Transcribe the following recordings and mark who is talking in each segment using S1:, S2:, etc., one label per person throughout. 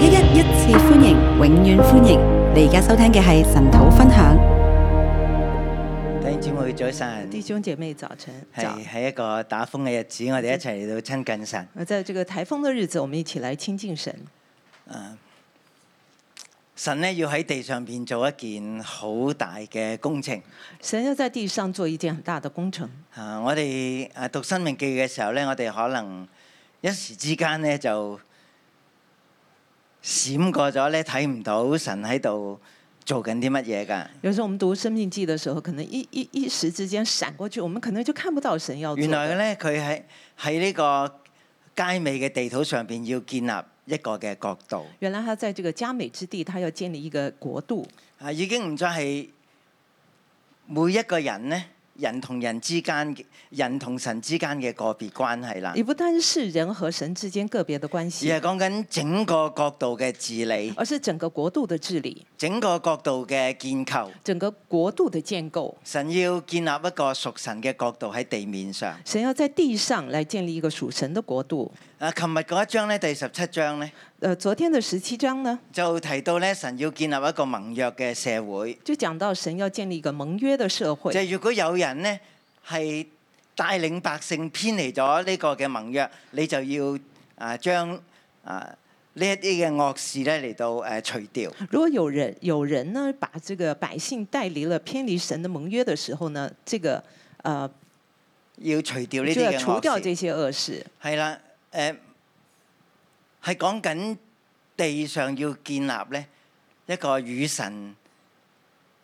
S1: 一一一次歡迎，永遠歡迎！你而家收聽嘅係神土分享。
S2: 弟兄姊妹早晨，
S3: 弟兄姐妹，早晨，早
S2: 係。喺一個打風嘅日子，我哋一齊嚟到親近神。
S3: 呃，在这个台风的日子，我们一起来亲近神。
S2: 神咧要喺地上邊做一件好大嘅工程。
S3: 神要在地上做一件很大的工程。
S2: 啊，我哋啊讀《生命記》嘅時候咧，我哋可能一時之間咧就閃過咗咧，睇唔到神喺度做緊啲乜嘢㗎。
S3: 有时候我们读《生命记》的时候，可能一一一时之间闪过去，我们可能就看不到神要做
S2: 原來
S3: 的。
S2: 咧，佢喺喺呢個佳美嘅地土上邊要建立一個嘅國度。
S3: 原来他在这个佳美之地，他要建立一个国度，
S2: 啊，已經唔再係每一個人呢，人同人之間嘅，人同神之間嘅個別關係啦，
S3: 也不单是人和神之间个别的关
S2: 而係
S3: 系，
S2: 講緊整個國度嘅治理、
S3: 而是整个国度的治理，
S2: 整個國度嘅建構。
S3: 整个国度的建构。
S2: 神要建立一個屬神嘅國度喺地面上。
S3: 神要在地上来建立一个属神的国度。
S2: 啊，琴日嗰一章呢，第十七章呢，
S3: 呃，昨天的十七章呢，
S2: 就提到呢，神要建立一個盟約嘅社會，
S3: 就讲到神要建立一个盟约的社会
S2: 就。係如果有人呢，係帶領百姓偏離咗呢個嘅盟約，你就要啊將啊呢一啲嘅惡事咧嚟到誒除掉。
S3: 如果有人有人呢，把这个百姓带离了偏离神的盟约的时候呢，这个呃
S2: 要除掉呢
S3: 就
S2: 啲
S3: 要
S2: 嘅
S3: 除掉
S2: 惡
S3: 这
S2: 事，
S3: 些恶事，
S2: 係啦，誒係講緊地上要建立咧一個與神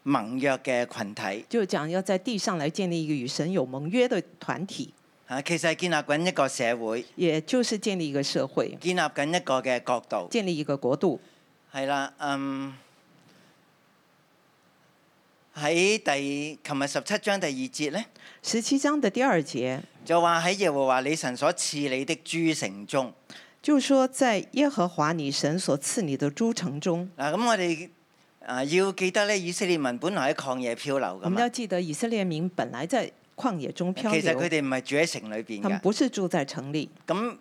S2: 盟約嘅群體
S3: 就讲要在地上来建立一个与神有盟约的团体，
S2: 啊，其實係建立緊一個社會，
S3: 也就是建立一个社会，
S2: 建立緊一個嘅國度。
S3: 建立一个国度。
S2: 係啦，嗯，喺第琴日十七章第二節咧，
S3: 十七章的第二节
S2: 就話喺耶和華你神所賜你的諸城中
S3: 就说，在耶和华你神所赐你的诸城中，
S2: 嗱，咁我哋啊要記得咧，以色列民本來喺曠野漂流
S3: 我
S2: 噶
S3: 们
S2: 嘛
S3: 要，记得以色列民本来在旷野中漂
S2: 其實佢
S3: 流，
S2: 哋唔係住喺城裏邊
S3: 他们
S2: 嘅。
S3: 不是住在城里。
S2: 咁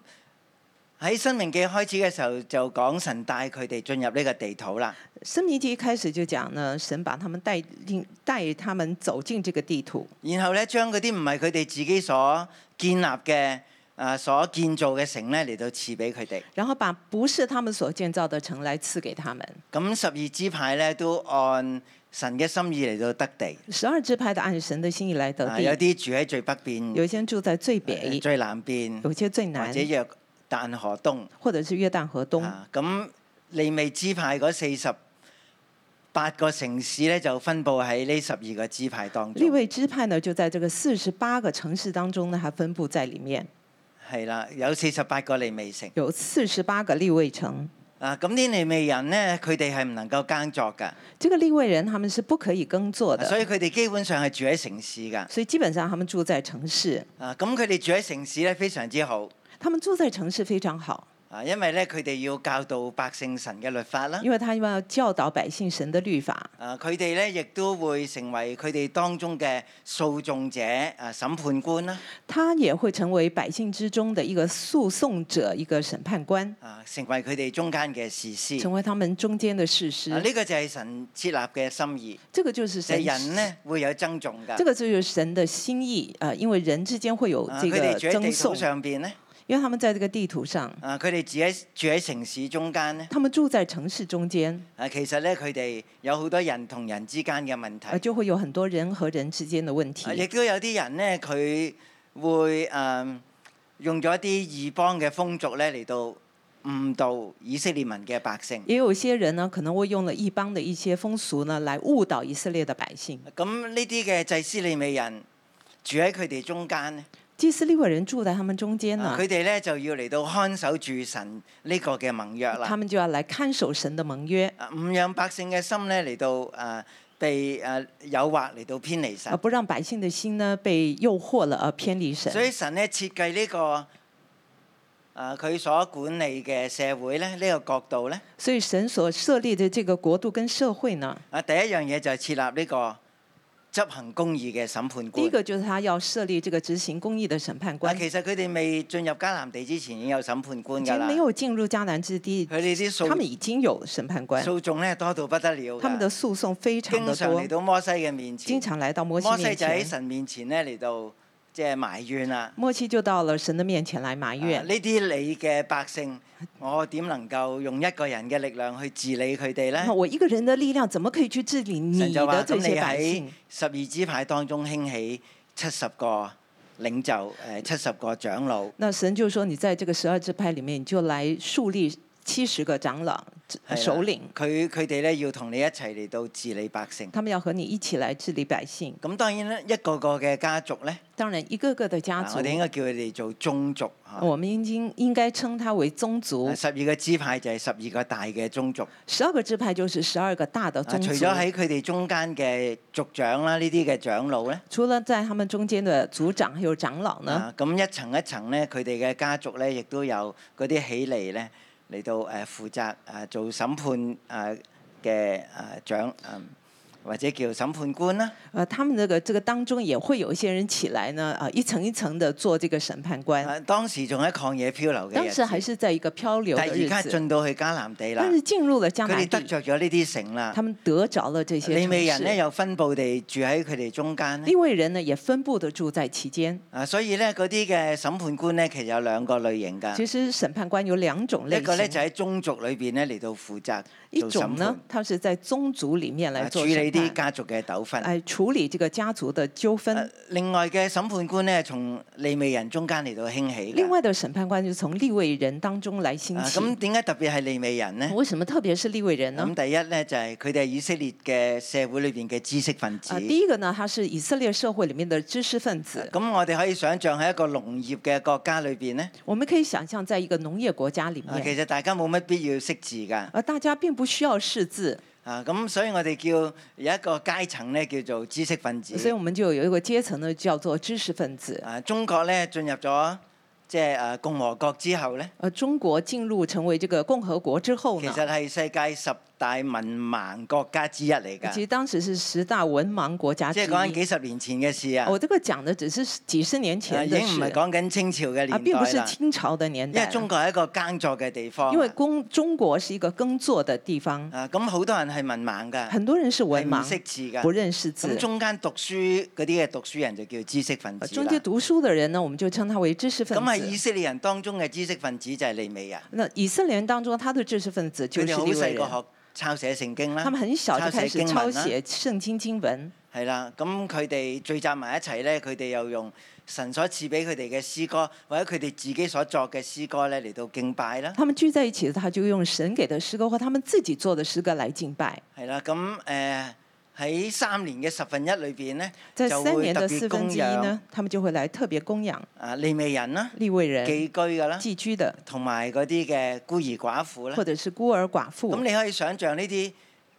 S2: 喺《生命記》開始嘅時候就講神帶佢哋進入呢個地土啦。
S3: 生命记一开始就讲呢，神把他们带进带他们走进这个地图，
S2: 然後咧，將嗰啲唔係佢哋自己所建立嘅啊所建造嘅城咧嚟到賜俾佢哋。
S3: 然后把不是他们所建造的城来赐给他们。
S2: 咁十二支派咧都按神嘅心意嚟到得地，
S3: 十二支派的按神的心意来得
S2: 啊
S3: 地，
S2: 有啲住喺最北邊、呃
S3: 有一些住在最北，
S2: 最南邊，
S3: 有些最
S2: 或
S3: 南
S2: 者，約旦河東。
S3: 或者是约旦河东。
S2: 啊，咁利未支派嗰四十八個城市咧，就分佈喺呢十二個支派當
S3: 立
S2: 中。
S3: 位支派呢，就在这个四十八个城市当中呢，还分布在里面，
S2: 係啦，有四十八個利未城。
S3: 有四十八个立位城。
S2: 啊，咁啲利未人咧，佢哋係唔能夠耕作㗎，
S3: 这个立位人他们是不可以耕作的，
S2: 啊所以佢哋基本上係住喺城市㗎。
S3: 所以基本上他们住在城市，
S2: 啊，咁佢哋住喺城市咧，非常之好。
S3: 他们住在城市非常好，
S2: 啊，因為咧佢哋要教導百姓神嘅律法啦。
S3: 因为他们要教导百姓神的律法，
S2: 啊，佢哋咧亦都會成為佢哋當中嘅訴訟者、啊審判官啦，
S3: 他也会成为百姓之中的一个诉讼者，一个审判官。
S2: 啊成為佢哋中間嘅士師。
S3: 成为他们中间的事实。
S2: 啊！呢、個就係神設立嘅心意，
S3: 这个就是
S2: 就
S3: 神
S2: 係人呢會有爭訟㗎。
S3: 这个就是神的心意啊、呃因为人之间会有
S2: 啊
S3: 这
S2: 佢哋
S3: 个
S2: 住喺
S3: 争
S2: 地
S3: 讼
S2: 土，上邊呢，
S3: 因为他们在这个地图上，
S2: 啊佢哋住喺住喺城市中間呢，
S3: 他们住在城市中间，
S2: 啊其實咧佢哋有好多人同人之間嘅問題
S3: 呃，，就会有很多人和人之间的问
S2: 啊亦
S3: 题。
S2: 都有啲人呢，佢會誒、嗯用咗一啲異邦嘅風俗咧嚟到誤導以色列民嘅百姓。
S3: 也有些人呢，可能会用了异邦的一些风俗呢，来误导以色列的百姓。
S2: 咁呢啲嘅祭司利未人住喺佢哋中間咧，
S3: 祭司利未人住在他们中间
S2: 啊
S3: 呢
S2: 佢，哋咧就要嚟到看守住神呢個嘅盟約
S3: 他
S2: 啦。
S3: 们就要来看守神的盟约，
S2: 啊唔讓百姓嘅心咧嚟到誒、啊被誒、啊誘惑嚟到偏離
S3: 而
S2: 神，
S3: 不让百姓的心呢被诱惑了而偏离神。
S2: 所以神咧設計呢、個。啊！佢所管理嘅社會咧，呢、呢個角度咧，
S3: 所以神所设立的这个国度跟社会呢，
S2: 啊第一樣嘢就係設立呢個執行公義嘅審判
S3: 第
S2: 官啊
S3: 一。个就是他要设立这个执行公义的审判官
S2: 但。其實佢哋未進入迦南地之前已經有審判官
S3: 已
S2: 㗎
S3: 经
S2: 啦
S3: 没。有进入迦南之地，
S2: 佢哋啲訴
S3: 他们已经有审判官，
S2: 訴訟咧多到不得了㗎，
S3: 他们的诉讼非常
S2: 經
S3: 的
S2: 常
S3: 多
S2: 嚟，到摩西嘅面前
S3: 经，常来到摩西
S2: 摩西
S3: 面
S2: 就喺
S3: 前，
S2: 神面前咧嚟到即係埋怨啦。
S3: 摩西就到了神的面前来埋
S2: 啊
S3: 怨。
S2: 呢啲你嘅百姓，我點能夠用一個人嘅力量去治理佢哋
S3: 那
S2: 呢？
S3: 我一个人的力量怎么可以去治理
S2: 神
S3: 你
S2: 就話：
S3: 的
S2: 咁
S3: 这
S2: 你
S3: 些百
S2: 喺
S3: 姓？
S2: 十二支派當中興起七十個領袖，誒七十個長老，
S3: 那神就说：“你在这个十二支派里面，你就来树立七十个长老、
S2: 係啦
S3: 首领，
S2: 佢佢哋咧要同你一齊嚟到治理百姓。
S3: 他们要和你一起来治理百姓。
S2: 咁當然咧，一個個嘅家族咧，
S3: 当然，一个个的家
S2: 啊
S3: 族
S2: 我，哋應該叫佢哋做宗族嚇。
S3: 我们应应应该称它为宗族
S2: 啊。十二個支派就係十二個大嘅宗族。
S3: 十二个支派就是十二个大的
S2: 啊
S3: 宗
S2: 除
S3: 族
S2: 咗。喺佢哋中間嘅族長啦，呢啲嘅長老咧。
S3: 除了在他们中间的族长还有长老呢，
S2: 啊，咁一層一層咧，佢哋嘅家族咧，亦都有嗰啲起嚟咧，嚟到呃誒負責誒做審判誒嘅誒長誒，或者叫審判官啦。
S3: 呃，他们这个这个当中也会有一些人起来呢，啊，一层一层的做这个审判官。
S2: 啊，當時仲喺曠野漂流嘅
S3: 嗯当
S2: 日
S3: 时还
S2: 子，
S3: 是在一个漂流
S2: 但
S3: 的
S2: 係而
S3: 日
S2: 家
S3: 子，
S2: 進到去迦南地啦
S3: 但，是进入了迦
S2: 佢
S3: 南
S2: 哋得
S3: 地，
S2: 着咗呢啲城啦
S3: 他。们得着了这些
S2: 利
S3: 城
S2: 未人咧
S3: 市。
S2: 又嗯分佈地住喺佢哋中間咧
S3: 利未人呢也分布的住在其间。
S2: 啊，所以咧嗰啲嘅審判官咧，其實有兩個類型㗎。
S3: 其实審判官有兩種
S2: 一
S3: 類
S2: 個咧就
S3: 型，
S2: 喺宗族裏邊咧嚟到負責
S3: 一
S2: 做
S3: 種
S2: 審
S3: 呢
S2: 判，，
S3: 他是在宗族里面
S2: 啊處
S3: 来做
S2: 理
S3: 審
S2: 啲
S3: 判，
S2: 家族嘅糾紛。
S3: 哎，處理這個家族的糾紛
S2: 呃。另外嘅審判官咧，從利未人中間嚟到興起㗎。
S3: 另外的審判官就從立位人當中來興
S2: 啊
S3: 起。
S2: 咁點解特別係利未人呢？
S3: 為什麼特別是立位人呢
S2: 咁？第一咧就係佢哋係以色列嘅社會裏邊嘅知識分子。
S3: 啊，第一個呢，他是以色列社會裡面的知識分子。
S2: 咁我哋可以想象喺一個農業嘅國家裏邊咧，
S3: 我們可以想象，在一個農業國家裡
S2: 啊其
S3: 面，
S2: 實大家冇乜必要識字㗎。
S3: 而大家並不需要識字，
S2: 啊，咁所以我哋叫有一個階層咧叫做知識分子。
S3: 所以我們就有一個階層呢，叫做知識分子。
S2: 啊，中國咧進入咗即係誒共和國之後咧，
S3: 而呃中國進入成為這個共和國之後
S2: 其
S3: 呢，
S2: 實係世界十大文盲國家之一嚟
S3: 其實
S2: 㗎。
S3: 當時是十大文盲國家
S2: 即
S3: 之一哦
S2: 係。講緊幾十年前嘅事啊。
S3: 我这個講的只是幾十年
S2: 啊
S3: 前
S2: 已
S3: 的
S2: 經唔
S3: 事
S2: 係，講緊清朝嘅
S3: 啊，
S2: 年
S3: 並不
S2: 代
S3: 是
S2: 啦，
S3: 清朝的年
S2: 因為
S3: 代。
S2: 中國係一個耕作嘅地方啊。
S3: 因為工中國是一個耕作的地方，
S2: 啊，咁好多人係文盲㗎，
S3: 很多人是文
S2: 係
S3: 盲
S2: 唔，識字
S3: 不
S2: 㗎。
S3: 認識字
S2: 啊咁。中間讀書嗰啲嘅讀書人就叫知識分
S3: 呃
S2: 子
S3: 中間
S2: 啦。
S3: 讀書啊的人呢，我們就稱他為知識分
S2: 咁啊係以
S3: 子。
S2: 色列人當中嘅知識分子就係利美人，
S3: 那以色列人當中，他的知識分子就
S2: 佢
S3: 是
S2: 哋好
S3: 利未
S2: 細個
S3: 人，
S2: 學抄寫聖經啦
S3: 他，們很小就
S2: 抄寫
S3: 開始
S2: 經
S3: 抄
S2: 文啦
S3: 寫聖經經文。
S2: 係啦。咁佢哋聚集埋一齊咧，佢哋又用神所賜俾佢哋嘅詩歌，或者佢哋自己所作嘅詩歌咧嚟到敬拜啦。
S3: 他們聚在一起，他就用神給的詩歌或他們自己做的詩歌來敬拜。
S2: 係啦，咁誒喺三年嘅十分一裏邊咧，
S3: 在
S2: 就
S3: 三
S2: 會
S3: 年
S2: 特
S3: 的
S2: 別
S3: 四分
S2: 供
S3: 之一
S2: 養
S3: 呢，他們就會來特別供養
S2: 啊利未人啦、
S3: 利未人
S2: 寄居噶啦，
S3: 寄居的，
S2: 同埋嗰啲嘅孤兒寡婦
S3: 或
S2: 啦。
S3: 者是孤兒寡
S2: 咁
S3: 婦。
S2: 你可以想象呢啲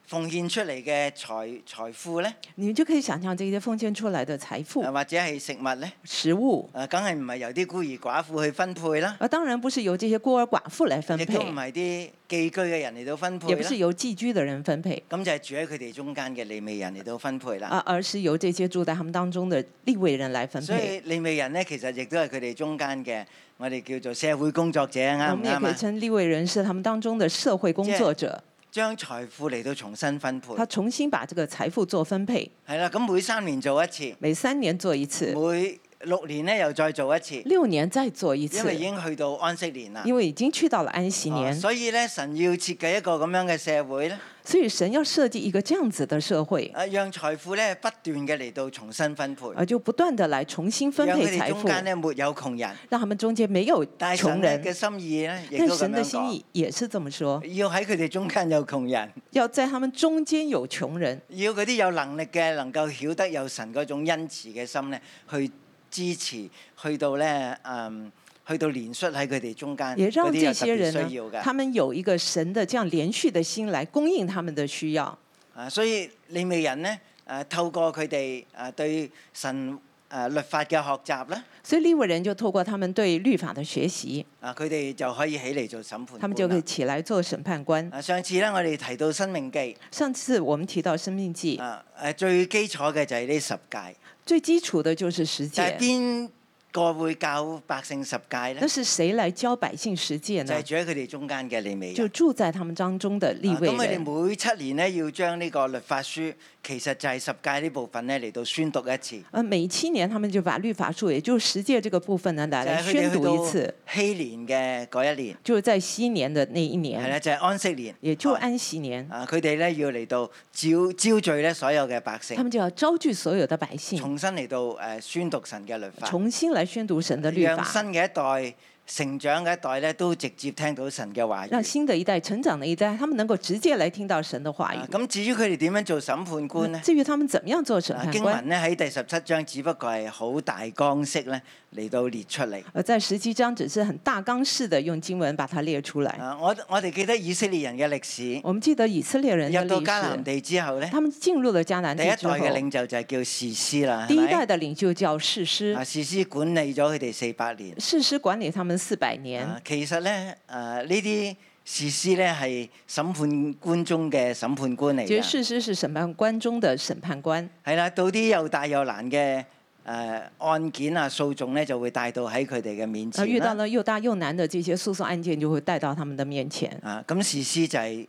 S2: 奉獻出嚟嘅財財富咧，
S3: 你们就可以想象這些奉獻出來的財富
S2: 啊、、或者係食物咧，
S3: 食物，
S2: 啊梗係唔係由啲孤兒寡婦去分配啦，
S3: 而當然不是由這些孤兒寡婦來分
S2: 亦
S3: 配
S2: 都，唔係啲寄居嘅人嚟到分配
S3: 也不
S2: 啦
S3: 是。由寄居的人分配。
S2: 咁就係住喺佢哋中間嘅利未人嚟到分配啦。
S3: 而而是由這些住在他們當中的立位人來分
S2: 啊所
S3: 配。
S2: 以利未人咧，其實亦都係佢哋中間嘅，我哋叫做社會工作者，啱
S3: 我
S2: 唔
S3: 們也
S2: 啱
S3: 可以
S2: 啊？
S3: 稱立位人是他們當中的社會工作者，
S2: 將財富嚟到重新分配。
S3: 他重新把這個財富做分配，
S2: 係啦，咁每三年做一次，
S3: 每三年做一次，
S2: 每六年咧又再做一次，
S3: 六年再做一
S2: 因
S3: 次
S2: 為，已經去到安息年啦。
S3: 因為已經去到了安息
S2: 啊
S3: 年，
S2: 所以咧，神要設計一個咁樣嘅社會咧，
S3: 所以神要設計一個這樣子的社會，
S2: 啊，讓財富咧不斷嘅嚟到重新分配，
S3: 而就不斷的來重新哎分
S2: 讓佢
S3: 配
S2: 哋
S3: 財
S2: 中
S3: 富，
S2: 間咧沒有窮人，
S3: 讓他們中間沒有
S2: 但係
S3: 窮
S2: 神咧
S3: 人
S2: 嘅。心意咧亦
S3: 但
S2: 都咁
S3: 神的
S2: 樣
S3: 心
S2: 講，
S3: 意也是這麼說，
S2: 要喺佢哋中間有窮人，
S3: 要在他們中間有窮人，
S2: 要嗰啲有能力嘅能夠曉得有神嗰種恩慈嘅心咧去支持，去到咧嗯。去到連率喺佢哋中間，
S3: 也
S2: 嗰
S3: 讓
S2: 啲有
S3: 這
S2: 特
S3: 些
S2: 別
S3: 人
S2: 需要
S3: 呢，
S2: 㗎。
S3: 他們有一個神的這樣連續的心來供應他們的需要。
S2: 啊啊，所以利未人呢，誒、透過佢哋誒對神誒律法嘅學習啦，
S3: 所以利未人就透过他们对律法的學習，
S2: 啊佢哋就可以起嚟做審判
S3: 他
S2: 官
S3: 們就可以
S2: 啦。
S3: 起來做審判官。
S2: 啊上次咧，我哋提到《生命記》，
S3: 上次我们提到《生命記》，
S2: 啊誒最基礎嘅就係呢十戒，
S3: 最基礎的就是十
S2: 就係
S3: 戒。
S2: 邊個會教百姓十戒咧
S3: 那？啊是誰來教百姓十戒
S2: 就係
S3: 呢？
S2: 住喺佢哋中間嘅利未
S3: 就
S2: 人。
S3: 住在他們當中的利
S2: 啊
S3: 未
S2: 咁佢
S3: 人。
S2: 哋每七年咧要將呢個律法書，其實就係十戒呢部分咧嚟到宣讀一次。
S3: 呃，每七年他們就把律法術，也就是十戒這個部分呢，
S2: 就
S3: 拿
S2: 係佢
S3: 來啊宣讀一
S2: 哋去
S3: 次，
S2: 到希年嘅嗰一年，
S3: 就是在西年的那一
S2: 係
S3: 年，
S2: 啦，就係安息年。
S3: 也就
S2: 啊
S3: 安息年，
S2: 啊，佢哋咧要嚟到召招聚咧所有嘅百
S3: 他
S2: 姓，
S3: 們就要招聚所有的百姓，
S2: 重新嚟到誒宣讀神嘅律法，
S3: 重新來宣讀神的律
S2: 讓
S3: 法，
S2: 新嘅一代成長嘅一代咧都直接聽到神嘅話
S3: 讓
S2: 語。
S3: 新的一代、成長的一代，他們能夠直接來聽到神的話
S2: 啊
S3: 語。
S2: 咁至於佢哋點樣做審判官 咧？
S3: 至於他們怎麼樣做審
S2: 啊
S3: 判
S2: 經
S3: 官
S2: 文，咧喺第十七章，只不過係好大綱式咧嚟到列出嚟。
S3: 呃，在十七章只是很大纲式的用經文把它列出來。
S2: 啊，我我哋記得以色列人嘅歷史，
S3: 我們記得以色列人的
S2: 入到迦
S3: 歷
S2: 南
S3: 史，
S2: 地之後咧，
S3: 他們進入了迦南
S2: 第
S3: 地
S2: 一代
S3: 之後，
S2: 嘅領袖就係叫士師啦，
S3: 第
S2: 係
S3: 一
S2: 咪
S3: 代？的領袖叫士師
S2: 啊，，士師管理咗佢哋四百年。
S3: 士師管理他們四百年。
S2: 啊其實咧，誒呢啲士師咧係審判官中嘅審判官嚟
S3: 其實
S2: 嘅，
S3: 士師是審判官中的審判官，
S2: 係啦，到啲又大又難嘅誒、案件啊訴訟咧，就會帶到喺佢哋嘅面
S3: 而啊遇
S2: 前
S3: 到
S2: 啦。
S3: 了又大又難的這些訴訟案件，就會帶到他們的面前。
S2: 啊，咁士師就係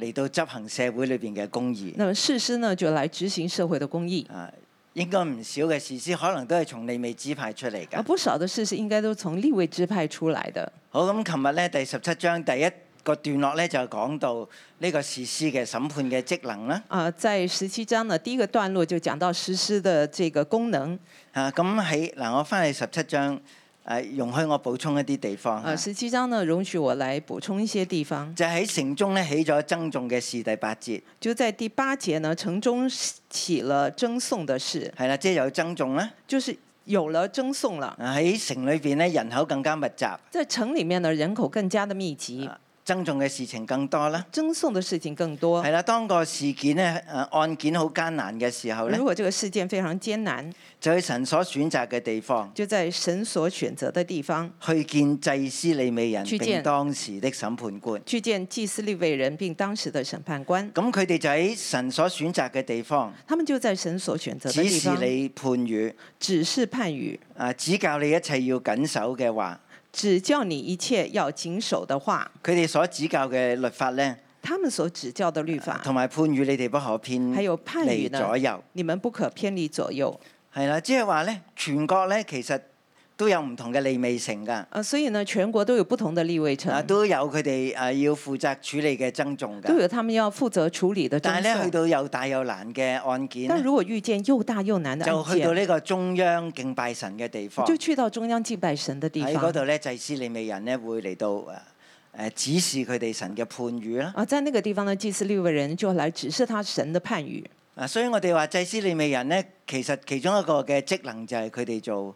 S2: 嚟到執行社會裏邊嘅公義。
S3: 那麼士師呢，就來執行社會的公義。
S2: 啊，應該唔少嘅士師可能都係從利未支派出嚟
S3: 而
S2: 㗎。
S3: 啊不少的士師應該都從立位支派出來的。
S2: 好，咁琴日咧第十七章第一個段落咧就講到呢個士師嘅審判嘅職能啦。
S3: 啊、在十七章呢，第一個段落就講到士師的這個功能。
S2: 啊，咁喺嗱，我翻去十七章，誒、容許我補充一啲地方。
S3: 啊，十七章呢，容許我來補充一些地方。
S2: 就喺城中咧起咗爭訟嘅事，第八節
S3: 就在第八節呢，城中起了爭訟的事，
S2: 係啦，即係有爭訟啦。
S3: 就是有了爭訟了。
S2: 啊喺城裏邊咧人口更加密集，啊
S3: 在城裡面呢，人口更加的密集，
S2: 爭訟嘅事情更多啦。
S3: 爭訟的事情更多。
S2: 係啦，當個事件咧誒案件好艱難嘅時候咧
S3: 如，果這個事件非常艱難，
S2: 就去神所選擇嘅地方
S3: 就在神所選擇的地方
S2: 去見祭司利未人
S3: 去見
S2: 並當時的審判官。
S3: 去見祭司利未人，并当時的審判官。
S2: 咁佢哋就喺神所選擇嘅地方
S3: 他們就在神所選擇的
S2: 指
S3: 地
S2: 示
S3: 方，
S2: 你判語，
S3: 指示判語，
S2: 啊指教你一切要緊守嘅話。
S3: 只教你一切要謹守的話。
S2: 佢哋所指教嘅律法咧，
S3: 他們所指教的律法，
S2: 同埋判語，你哋不可偏
S3: 啊還有啊判
S2: 離
S3: 語呢
S2: 左右。
S3: 你們不可偏離左右。
S2: 係啦，即係話咧，全國咧其實都有唔同嘅利未城㗎，
S3: 啊，所以呢，全國都有不同的立位城
S2: 啊，都有佢哋啊要負責處理嘅爭訟
S3: 都
S2: 㗎。
S3: 有他們要負責處理的
S2: 但係
S3: 爭
S2: 咧，去
S3: 訟。
S2: 到又大又難嘅案件
S3: 但
S2: 呢，
S3: 如果遇見又大又難的
S2: 就
S3: 案
S2: 去到
S3: 件，
S2: 呢個中央敬拜神嘅地方，
S3: 就去到中央敬拜神的地
S2: 喺嗰
S3: 方。
S2: 度咧，祭司利未人咧會嚟到誒誒指示佢哋神嘅判語啦。
S3: 啊，在那個地方呢，祭司利未人就來指示他神的判語。
S2: 啊，所以我哋話祭司利未人咧，其實其中一個嘅職能就係佢哋做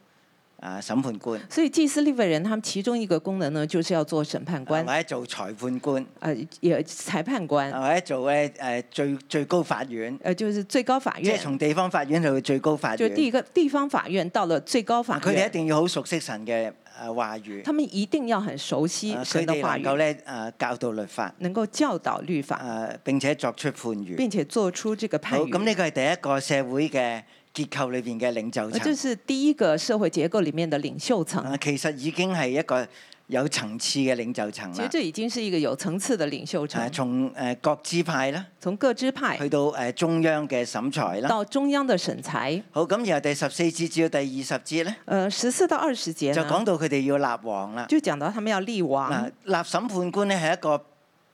S2: 啊審判官。
S3: 所以祭司立位人，他们其中一個功能呢，就是要做審判官，
S2: 啊
S3: 嗯
S2: 或者做裁判官，啊
S3: 呃，也裁判官，
S2: 或者做咧誒最最高法院，
S3: 呃，就是最高法
S2: 即係
S3: 院，
S2: 從地方法院去到最高法
S3: 就
S2: 院。
S3: 第
S2: 啊
S3: 一個地方法院到了最高法
S2: 佢哋一
S3: 院，
S2: 定要好熟悉神嘅誒話語，
S3: 他们一定要很熟悉
S2: 啊佢
S3: 神的
S2: 哋
S3: 話
S2: 能夠
S3: 語，
S2: 咧誒教導律法，
S3: 能夠教導律法，
S2: 誒並且作出判語。
S3: 並且做出這個判
S2: 啊好，咁
S3: 語。
S2: 呢個係第一個社會嘅結構裏邊嘅領袖
S3: 呃這
S2: 層。
S3: 是第一個社會結構裡面的領袖層。
S2: 啊，其實已經係一個有層次嘅領袖層
S3: 其實
S2: 啦。
S3: 這已經是一個有層次的領袖層
S2: 誒，，從誒各支派啦，
S3: 從各支派
S2: 去到誒中央嘅審裁啦。
S3: 到中央的審裁。
S2: 好，咁然後第十四節至到第二十節咧，
S3: 呃，十四到二十節
S2: 就啊講
S3: 呢，
S2: 到佢哋要立王啦。
S3: 啊就講到他們要立王
S2: 嗱，。立審判官咧係一個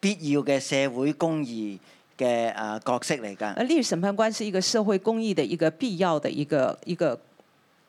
S2: 必要嘅社會公義嘅啊角色嚟㗎。
S3: 而呃立审判官是一个社会公益的一个必要的一个一个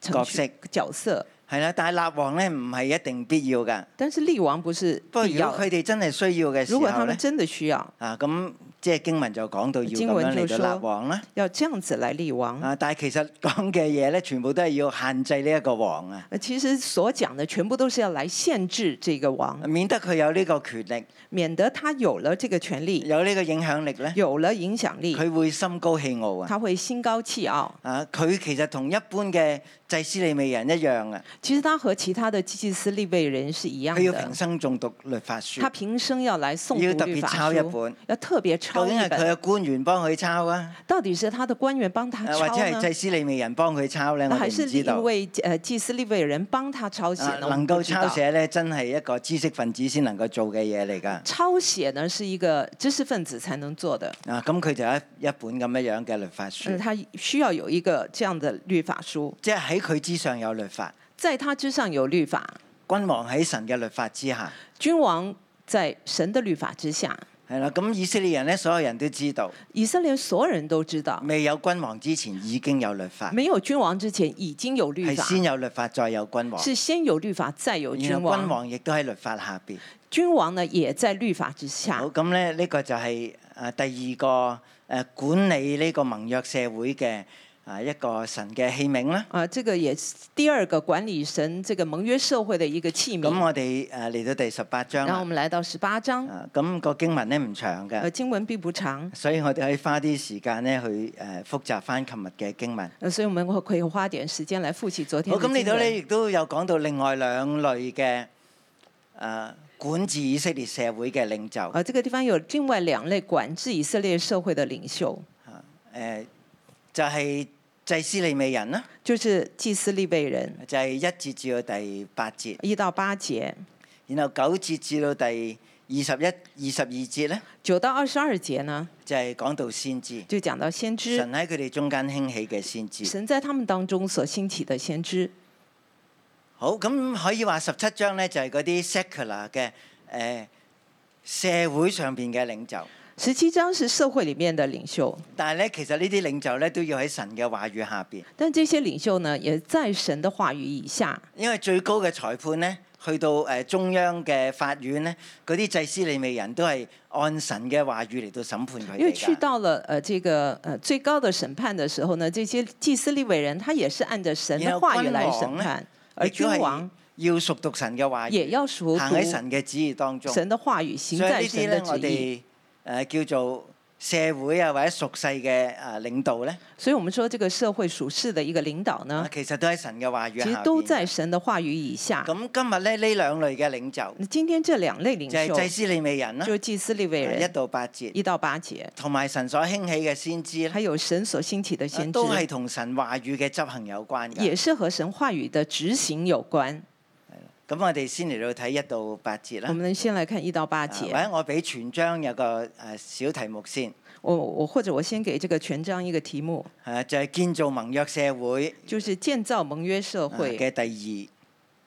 S3: 程
S2: 角
S3: 序
S2: 色
S3: 角色，
S2: 係啦，但係立王咧唔係一定必要㗎。
S3: 但是立王不是
S2: 不過
S3: 必
S2: 如
S3: 要
S2: 果
S3: 的。
S2: 佢哋真係需要嘅時
S3: 如果
S2: 候
S3: 他
S2: 咧
S3: 们，真的需要，
S2: 啊咁即係經文就講到要咁
S3: 經文
S2: 樣
S3: 就
S2: 嚟到
S3: 說
S2: 立王啦。
S3: 要这样子来立王。
S2: 啊，但係其實講嘅嘢咧，全部都係要限制呢一個王啊，
S3: 呃其实所讲的全部都是要来限制这个王，
S2: 免得佢有呢個權力，
S3: 免得他有了这个权利，
S2: 有呢個影響力咧，
S3: 有了影响力，
S2: 佢會心高氣傲啊。
S3: 他会心高气傲。
S2: 啊，佢其實同一般嘅祭司利未人一樣啊，
S3: 其实他和其他的祭司立位人是一样
S2: 佢要平
S3: 的，
S2: 生中讀律法書。
S3: 嗯他平生要来诵
S2: 要
S3: 读
S2: 特
S3: 律
S2: 别
S3: 法
S2: 抄一
S3: 书
S2: 本，
S3: 要特别抄
S2: 究
S3: 一
S2: 竟係佢
S3: 本
S2: 嘅。官員幫佢抄啊，
S3: 到底是他的官员帮他
S2: 啊
S3: 抄
S2: 或者係
S3: 呢，
S2: 祭司利未人幫佢抄咧？我
S3: 那
S2: 哋
S3: 还是
S2: 唔知
S3: 因
S2: 道。
S3: 为呃祭司立位人帮他抄写
S2: 啊
S3: 呢？我
S2: 能
S3: 们
S2: 夠
S3: 不知
S2: 抄
S3: 道。
S2: 寫咧，真係一個知識分子先能夠做嘅嘢嚟㗎。
S3: 抄寫呢是一个知识分子才能做的，
S2: 啊，咁佢就一一本咁樣樣嘅律法書，
S3: 嗯，他需要有一个这样的律法书，
S2: 即係喺佢之上有律法。
S3: 在他之上有律法，
S2: 君王喺神嘅律法之下，
S3: 君王在神的律法之下。
S2: 係啦。咁以色列人咧，所有人都知道，
S3: 以色列所有人都知道，
S2: 未有君王之前已經有律法，
S3: 没有君王之前已经有律
S2: 係
S3: 法，
S2: 先有律法再有君王。
S3: 是先有律法，再有君
S2: 然後
S3: 王。
S2: 君王亦都喺律法下邊。
S3: 君王呢也在律法之
S2: 好，
S3: 下。
S2: 咁咧呢個就係誒第二個誒、呃管理呢個盟約社會嘅啊一個神嘅器皿啦。
S3: 啊，这个也是第二个管理神这个盟约社会的一个器
S2: 咁
S3: 皿。
S2: 我哋誒嚟到第十八章
S3: 然后我
S2: 啦，
S3: 们来到十八章，
S2: 啊咁、個經文咧唔長
S3: 嗯呃，
S2: 嘅，
S3: 经文并不长，
S2: 所以我哋可以花啲時間咧去誒、呃、複習翻琴日嘅經文。
S3: 呃，所以我们会可以花点时间来复习昨天
S2: 好，
S3: 的
S2: 咁呢
S3: 经
S2: 度咧
S3: 文。
S2: 亦都有講到另外兩類嘅誒、呃管治以色列社會嘅領袖，誒、
S3: 呃，这个地方有另外两类管制以色列社会的领袖，
S2: Ờ, 就係、祭司利未人啦，
S3: 就是祭司立位人，
S2: 就係、一節至到第八節。
S3: 一到八节，
S2: 然後九節至到第二十一、二十二節咧，
S3: 九到二十二节呢，
S2: 就係、講到先知，
S3: 就讲到先知，
S2: 神喺佢哋中間興起嘅先知。
S3: 神在他们当中所兴起的先知。
S2: 好，咁可以話十七章咧就係嗰啲 secular Ờ, 嘅誒、呃社會上邊嘅領袖，
S3: 十七章是社会里面的领袖，
S2: 但係咧其實呢啲領袖咧都要喺神嘅話語下邊，
S3: 但这些领袖呢，也在神的话语以下，
S2: 因為最高嘅裁判咧。去到誒中央嘅法院咧，嗰啲祭司利未人都係按神嘅話語嚟到審判佢
S3: 因为
S2: 哋
S3: 去
S2: 㗎。
S3: 到了呃这个呃最高的审判的时候呢，这些祭司立伟人他也是按着神
S2: 然
S3: 的
S2: 后
S3: 话语来
S2: 君王
S3: 审
S2: 呢
S3: 判，而
S2: 亦
S3: 君
S2: 都係
S3: 王
S2: 要熟讀神嘅話
S3: 也
S2: 語，
S3: 要熟
S2: 行喺
S3: 读
S2: 神嘅旨意當中。
S3: 神的话语，行
S2: 所以
S3: 在
S2: 呢啲
S3: 神的
S2: 咧，我
S3: 旨意。
S2: 哋誒叫做社會啊或者屬世嘅誒領導咧，
S3: 所以我们说这个社会属世的一个领导呢
S2: 啊，其實都喺神嘅話語
S3: 其实
S2: 下
S3: 都
S2: 邊
S3: 在神的话语以下。
S2: 咁今日咧呢兩類嘅領袖
S3: 那今天这两类领
S2: 就係
S3: 袖，
S2: 祭司利未人啦，
S3: 就是祭司立伟
S2: 啊一
S3: 人
S2: 到八節，
S3: 一到八节，
S2: 同埋神所興起嘅先知咧，
S3: 还有神所兴起的
S2: 啊
S3: 先知
S2: 都，係同神話語嘅執行有關嘅。
S3: 也是和神话语的执行有关。
S2: 咁我哋先嚟到睇一到八節啦
S3: 我。们先来看一到八
S2: 啊
S3: 节
S2: 或。者我俾全章有個誒小題目先，
S3: 我我或者我先给这个全章一个题目，
S2: 誒啊就係建造盟約社會
S3: 就是建造盟约社
S2: 啊
S3: 会
S2: 嘅第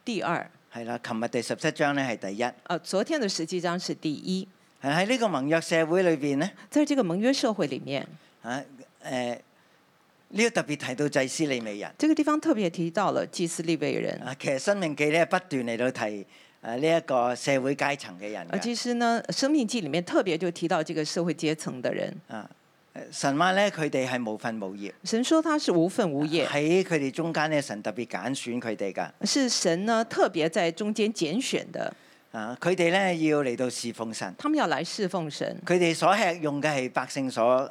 S3: 第二。
S2: 二，係啦，琴日第十七章咧係第一。
S3: 呃，昨天的十七章是第一，
S2: 係喺呢個盟約社會裏邊咧，
S3: 在这个盟约社会里面，
S2: 啊誒呢個特別提到祭司利未人
S3: 这个地方特别提到了祭司立位人。
S2: 啊，其實《生命記》咧不斷嚟到提誒呢一個社會階層嘅人
S3: 呃，
S2: 嘅
S3: 其實呢，《生命记》里面特别就提到这个社会阶层的人，
S2: 啊，誒神話咧佢哋係無份無業，
S3: 神说他是无份无业，
S2: 喺佢哋中間咧神特別揀選佢哋㗎
S3: 是神呢特别在中间拣选的，
S2: 啊，佢哋咧要嚟到侍奉神，
S3: 他们要来侍奉神，
S2: 佢哋所吃用嘅係百姓所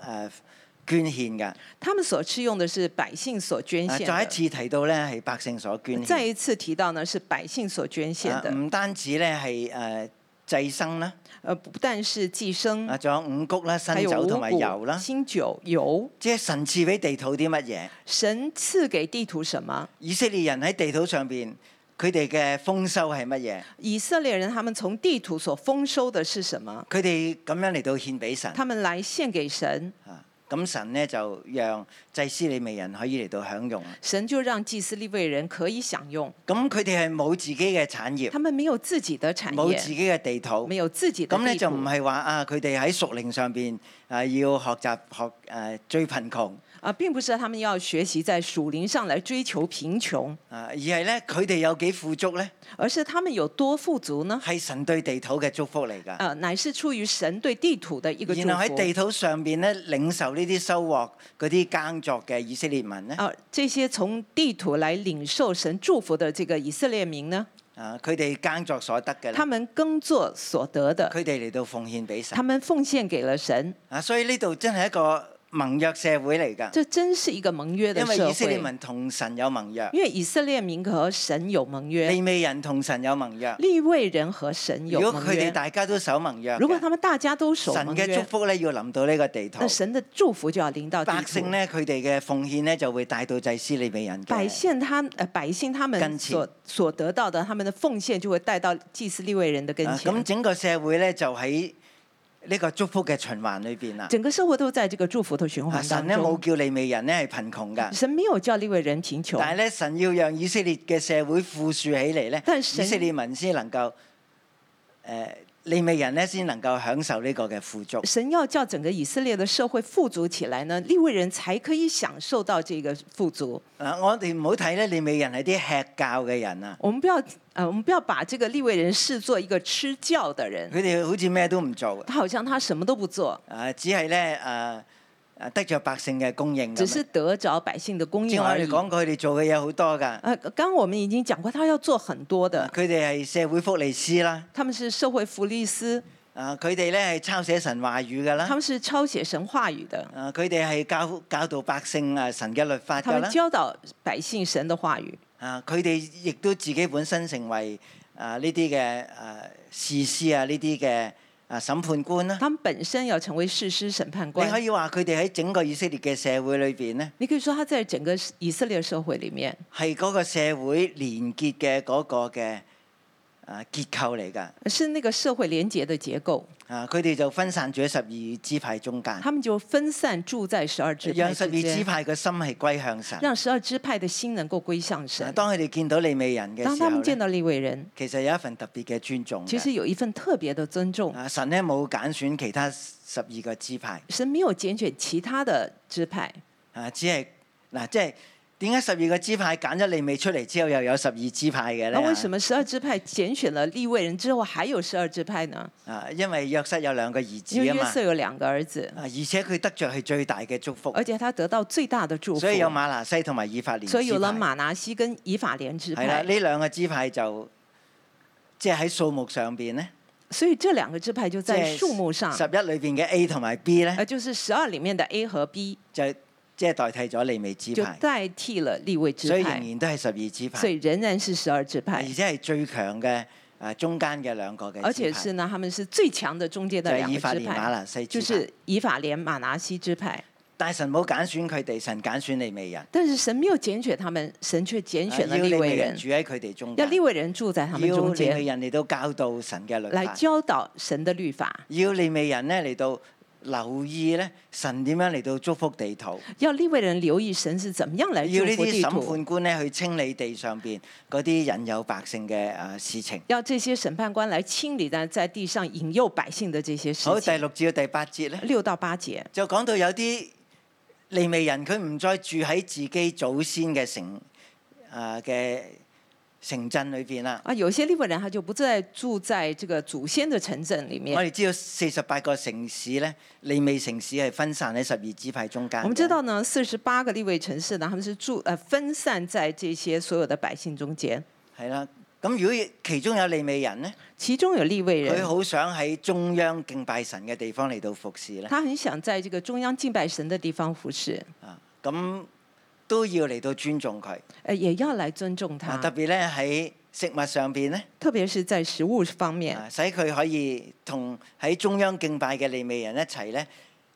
S2: 誒、捐獻㗎，
S3: 他们所吃用的是百姓所捐
S2: 啊
S3: 献
S2: 再一
S3: 的。
S2: 次提到咧係百姓所捐
S3: 再
S2: 獻，
S3: 一次提到呢，是百姓所捐献
S2: 啊
S3: 的，
S2: 唔、單止咧係誒祭牲啦。
S3: 呃，不但是寄生
S2: 啊，，仲有五谷啦、
S3: 还
S2: 新
S3: 有
S2: 酒同埋油
S3: 五谷、
S2: 啦，
S3: 新酒、油。
S2: 即係神賜俾地土啲乜嘢？
S3: 神赐给地图什么？
S2: 以色列人喺地土上邊，佢哋嘅豐收係乜嘢？
S3: 以色列人他们从地图所丰收的是什么？
S2: 佢哋咁樣嚟到獻俾神，
S3: 他们来献给神，
S2: 啊，咁神呢就讓祭司利未人可以嚟到享用。
S3: 神就让祭司立位人可以享用。
S2: 咁佢哋係冇自己嘅產業，
S3: 他们没有自己的产
S2: 冇自
S3: 业，
S2: 己嘅地土
S3: 没，有自己的
S2: 咁呢
S3: 地
S2: 就唔
S3: 图，
S2: 係話啊，佢哋喺屬靈上邊啊要學習學誒、追貧窮，
S3: 啊，并不是他们要学习在属灵上来追求贫穷，
S2: 啊，而係咧佢哋有幾富足咧，
S3: 而是他们有多富足呢？
S2: 係神對地土嘅祝福嚟㗎。
S3: 呃，乃是出于神对地土的一个祝
S2: 然後喺地
S3: 福。
S2: 土上邊咧領受呢啲收穫嗰啲耕作嘅以色列民咧，
S3: 啊，这些從地土来领受神祝福的这个以色列民呢，
S2: 啊，佢哋耕作所得嘅呢，
S3: 他們耕作所得的，
S2: 佢哋嚟到奉獻俾神
S3: 他。們奉獻給了神，
S2: 啊，所以呢度真係一個盟約社會嚟㗎，
S3: 这真是一個盟約的
S2: 因
S3: 社
S2: 為以
S3: 會。
S2: 色列民同神有盟約，
S3: 因為以色列民和神有盟
S2: 利
S3: 約，
S2: 未人同神有盟約。
S3: 利未人和神有
S2: 如果
S3: 盟
S2: 佢哋
S3: 約。
S2: 大家都守盟約嘅，
S3: 如果他們大家都守
S2: 神
S3: 盟
S2: 嘅祝
S3: 約，
S2: 福咧要臨到呢個地土
S3: 那，神的祝福就要臨到地
S2: 百
S3: 土
S2: 姓。咧佢哋嘅奉獻咧就會帶到祭司利未人
S3: 百
S2: 嘅。
S3: 姓他呃百姓他
S2: 跟
S3: 們
S2: 前
S3: 所所得到的，他們的奉獻就會帶到祭司利未人的跟
S2: 啊
S3: 前。
S2: 咁整個社會咧就喺呢個祝福嘅循環裏邊啦。
S3: 整个社会都在这个祝福的循
S2: 啊
S3: 环
S2: 神
S3: 当
S2: 咧冇
S3: 中。
S2: 叫利未人咧係貧窮㗎，
S3: 神没有叫利未人贫穷
S2: 但，係咧神要讓以色列嘅社會富庶起嚟咧，
S3: 但
S2: 以
S3: 神
S2: 色列民先能夠誒、呃利未人咧先能夠享受呢個嘅富足。
S3: 神要叫整个以色列的社会富足起来呢，利未人才可以享受到这个富足。
S2: 啊，我哋唔好睇咧，利未人係啲吃教嘅人啊，
S3: 我们不要呃，我们不要把这个利未人视作一个吃教的人，
S2: 佢哋好似咩都唔做，
S3: 他好像他什么都不做，
S2: 啊，只係咧誒誒得着百姓嘅供應咁
S3: 只
S2: 樣。
S3: 是得着百姓的供
S2: 正
S3: 应
S2: 如我
S3: 而
S2: 哋
S3: 已。
S2: 講過，佢哋做嘅嘢好多㗎，啊
S3: 呃，刚刚我们已经讲过，他要做很多的，
S2: 佢哋係社會福利師啦，
S3: 他们是社会福利司，
S2: 啊，佢哋咧係抄寫神話語㗎啦
S3: 他。们是抄写神话语的，
S2: 啊！佢哋係教教導百姓啊神嘅律法
S3: 他
S2: 㗎啦
S3: 们，教导百姓神的话语。
S2: 啊！佢哋亦都自己本身成為啊呢啲嘅啊士師啊呢啲嘅啊哎審判官啦。
S3: 他们本身要成为士师审判
S2: 你
S3: 官。
S2: 可以話佢哋喺整個以色列嘅社會裏邊呢，
S3: 你可以说他在整个以色列社会里面
S2: 係嗰個社會連結嘅嗰個嘅啊結構嚟㗎。
S3: 是那个社会廉洁的结构，
S2: 啊！佢哋就分散住喺十二支派中間，
S3: 他们就分散住在十二支派
S2: 讓十
S3: 之
S2: 二支
S3: 间，
S2: 派嘅心係歸向神。
S3: 让十二支派的心能够归向
S2: 啊
S3: 神。
S2: 當佢哋見到利未人嘅
S3: 当
S2: 時
S3: 他
S2: 候
S3: 们见
S2: 呢，
S3: 到利未人，
S2: 其實有一份特別嘅尊重
S3: 其
S2: 嘅。
S3: 实有一份特别的尊重。
S2: 啊，神咧冇揀選其他十二個支派，
S3: 神没有拣选其他的支派，
S2: 啊，只係嗱、即係點解十二個支派揀咗利未出嚟之後，又有十二支派嘅咧？
S3: 那为啊什么十二支派拣选了利未人之后还有十二支派呢？
S2: 啊，因為約瑟有兩個兒子
S3: 因为
S2: 啊
S3: 约
S2: 嘛，
S3: 瑟有两个儿子，
S2: 啊，而且佢得着係最大嘅祝福，
S3: 而且他得到最大的祝福
S2: 所，以有馬拿西同埋以法蓮支
S3: 所
S2: 派。
S3: 以有了馬拿西跟以法莲支
S2: 係啦，
S3: 派。
S2: 呢兩個支派就即係喺數目上邊咧，
S3: 所以这两个支派就
S2: 即
S3: 在
S2: 係
S3: 数目上
S2: 十，一裏邊嘅 A 同埋 B
S3: 呃，
S2: 咧，
S3: 就是十二里面的 A 和 B
S2: 就即係代替咗利未支
S3: 就
S2: 派，
S3: 代替了立位支
S2: 所以
S3: 派
S2: 仍，然都係十二支
S3: 所
S2: 派，
S3: 以仍然是十二支
S2: 而
S3: 派，
S2: 且係最強嘅啊中間嘅兩個嘅支派。
S3: 而且是呢，他们是最强的中间
S2: 就
S3: 的
S2: 係
S3: 两
S2: 以
S3: 个
S2: 法
S3: 支
S2: 蓮馬
S3: 派，
S2: 拿西支
S3: 就
S2: 派。
S3: 是以法莲、马拿西支派。
S2: 但神冇揀選佢哋，神揀選利未人，
S3: 但是神没有拣选他们，神却拣
S2: 啊
S3: 选了
S2: 要
S3: 利
S2: 利
S3: 未
S2: 未
S3: 人
S2: 人，住喺佢哋中
S3: 要
S2: 間，
S3: 利未人住在他们
S2: 要
S3: 中
S2: 利未
S3: 间，
S2: 人嚟到教導神嘅律
S3: 来
S2: 法，
S3: 教导神的律法，
S2: 要利未人咧嚟到留意咧神點樣嚟到祝福地土，
S3: 要利未人留意神是怎么样来
S2: 要
S3: 祝
S2: 呢
S3: 福
S2: 啲
S3: 地
S2: 審
S3: 土。
S2: 判官咧去清理地上邊嗰啲引誘百姓嘅啊事情。
S3: 要这些审判官来清理呢，在地上引诱百姓的这些事
S2: 好，第
S3: 情。
S2: 六至到第八節咧，
S3: 六到八节，
S2: 就講到有啲利未人佢唔再住喺自己祖先嘅城啊嘅城鎮裏邊啦。
S3: 啊，有些利未人他就不再住在这个祖先的城镇里面
S2: 我。哋知道四十八個城市咧，利未城市係分散喺十二支派中間嘅。
S3: 我们知道呢，四十八个立位城市呢，他们是住呃分散在这些所有的百姓中间，
S2: 係啦。咁如果其中有利未人咧，
S3: 其中有立位
S2: 佢
S3: 人，
S2: 好想喺中央敬拜神嘅地方嚟到服侍咧，
S3: 他很想在这个中央敬拜神的地方服侍，
S2: 啊，咁都要嚟到尊重佢。
S3: 呃，也要来尊重
S2: 啊，特
S3: 他，
S2: 別咧喺食物上邊咧，
S3: 特別是在食物方面，
S2: 啊，使佢可以同喺中央敬拜嘅利未人一齊咧，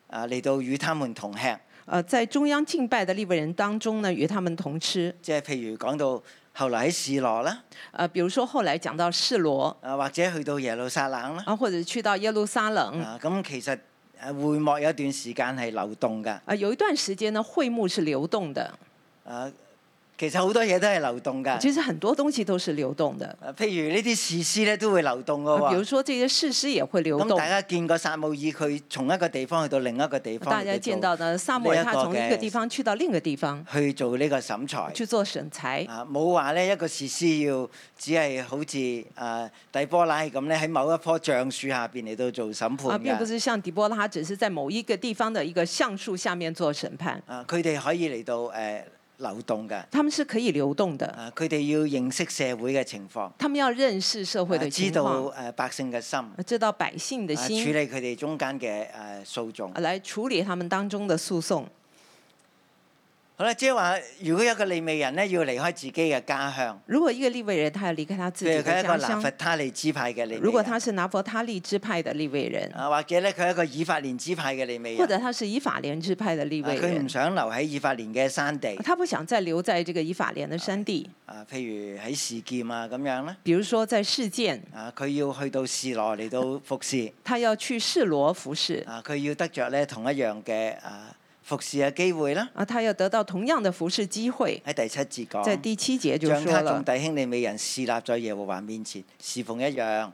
S2: 啊嚟到與他們同吃。
S3: 呃，在中央敬拜的立位人当中呢，与他们同吃，
S2: 即係譬如講到後來喺示羅啦，
S3: 呃，比如说后来講到示羅
S2: 啊或者去到耶路撒冷啦。
S3: 啊，或者去到耶路撒冷。
S2: 啊，咁其實誒會幕有一段時間係流動㗎，
S3: 啊，有一段时间呢，会幕是流动的，
S2: 啊，其實好多嘢都係流動㗎。
S3: 其实很多东西都是流動的，
S2: 啊譬如呢啲士師咧都會流動㗎
S3: 啊比如
S2: 喎。
S3: 说这些事师也會流
S2: 咁
S3: 動
S2: 大。家見過撒姆耳，佢從一個地方去到另一個地方，
S3: 大家見到呢，萨姆
S2: 呢
S3: 尔
S2: 一個
S3: 他從一個
S2: 嘅
S3: 地方去到另一個地方
S2: 去做呢個審裁。
S3: 去做審裁，
S2: 啊，冇話咧一個士師要只係好似啊底波拉咁咧，喺某一棵橡樹下邊嚟到做審
S3: 啊，
S2: 判
S3: 并不
S2: 㗎。
S3: 是像底波拉，只是在某一個地方的一個橡樹下面做審判，
S2: 啊，佢哋可以嚟到誒、呃流動㗎。
S3: 他們是可以流動的，
S2: 啊，佢哋要認識社會嘅情況，
S3: 他們要認識社會
S2: 啊
S3: 的
S2: 知
S3: 情
S2: 道
S3: 況，
S2: 誒百姓嘅心，啊
S3: 啊知道百姓的
S2: 處
S3: 心，
S2: 理佢哋中間嘅誒訴
S3: 啊
S2: 訟。
S3: 來處理他們當中的訴訟。
S2: 好啦，即係話，如果一個利未人咧要離開自己嘅家鄉，
S3: 如果一個利未人他要離開他自
S2: 譬
S3: 己
S2: 如
S3: 的
S2: 佢係一
S3: 家
S2: 個拿佛
S3: 鄉，
S2: 他利支派嘅利
S3: 如
S2: 未
S3: 果他
S2: 人，
S3: 是拿佛他利支派的利未人，
S2: 啊或者咧佢係一個以法蓮支派嘅利未
S3: 或
S2: 人，
S3: 者他是以法蓮支派的利
S2: 啊
S3: 未
S2: 佢
S3: 人
S2: 唔，想留喺以法蓮嘅山地，
S3: 他不想再留在這個以法蓮的山地，
S2: 啊譬如喺示劍啊咁樣咧，
S3: 比如說在事件，
S2: 啊佢要去到示羅嚟到服侍，
S3: 他要去示羅服侍。
S2: 啊佢要得着咧同一樣嘅啊服侍嘅機會啦。
S3: 啊，他要得到同樣的服侍機會。
S2: 喺第七節講。
S3: 在第七節就
S2: 像
S3: 說
S2: 哦他眾
S3: 了，
S2: 弟兄利美人侍立在耶和華面前侍奉一樣，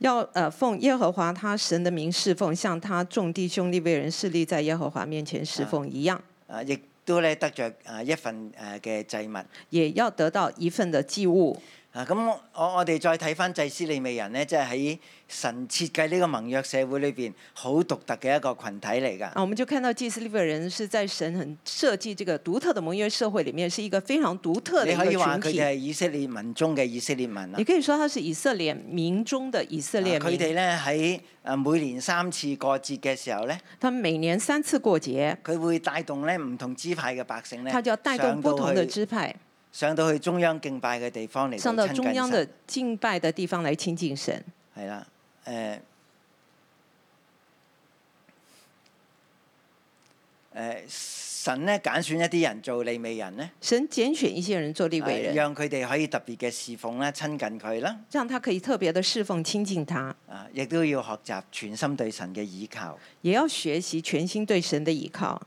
S3: 要呃奉耶和華他神的名侍奉，像他眾弟兄利未人侍立在耶和華面前侍奉一樣，
S2: 啊，亦都咧得着啊一份誒嘅祭物。
S3: 也要得到一份的祭物。
S2: 啊，咁我我哋再睇翻祭司利美人咧，即係喺神設計呢個盟約社會裏邊好獨特嘅一個群體嚟㗎。
S3: 啊，我們就看到祭司利未人是在神很設計這個獨特的盟約社會裡面，是一個非常獨特的
S2: 你
S3: 哦一
S2: 可
S3: 個
S2: 以話
S3: 群
S2: 佢
S3: 體
S2: 哋。係以色列民中嘅以色列民啊啦
S3: 也。可以說他是以色列民中的以色
S2: 啊
S3: 列
S2: 佢
S3: 民，
S2: 哋咧喺誒每年三次過節嘅時候咧，
S3: 他们每年三次過節，
S2: 佢會帶動咧唔同支派嘅百姓咧，
S3: 他就要帶動
S2: 上
S3: 不同
S2: 到
S3: 的
S2: 去
S3: 支派
S2: 上到去中央敬拜嘅地方嚟
S3: 上
S2: 到
S3: 到
S2: 親
S3: 中
S2: 近
S3: 央
S2: 神
S3: 的敬拜的地方來親近神。
S2: 係啦，呃誒、誒呃神咧揀選一啲人做利未人咧，
S3: 神揀選一些人做立位
S2: 誒
S3: 人，
S2: 讓佢哋可以特別嘅侍奉啦、親近佢啦，
S3: 讓他可以特別的侍奉親近他，
S2: 啊，亦都要學習全心對神嘅倚靠，
S3: 也要學習全心對神的倚靠。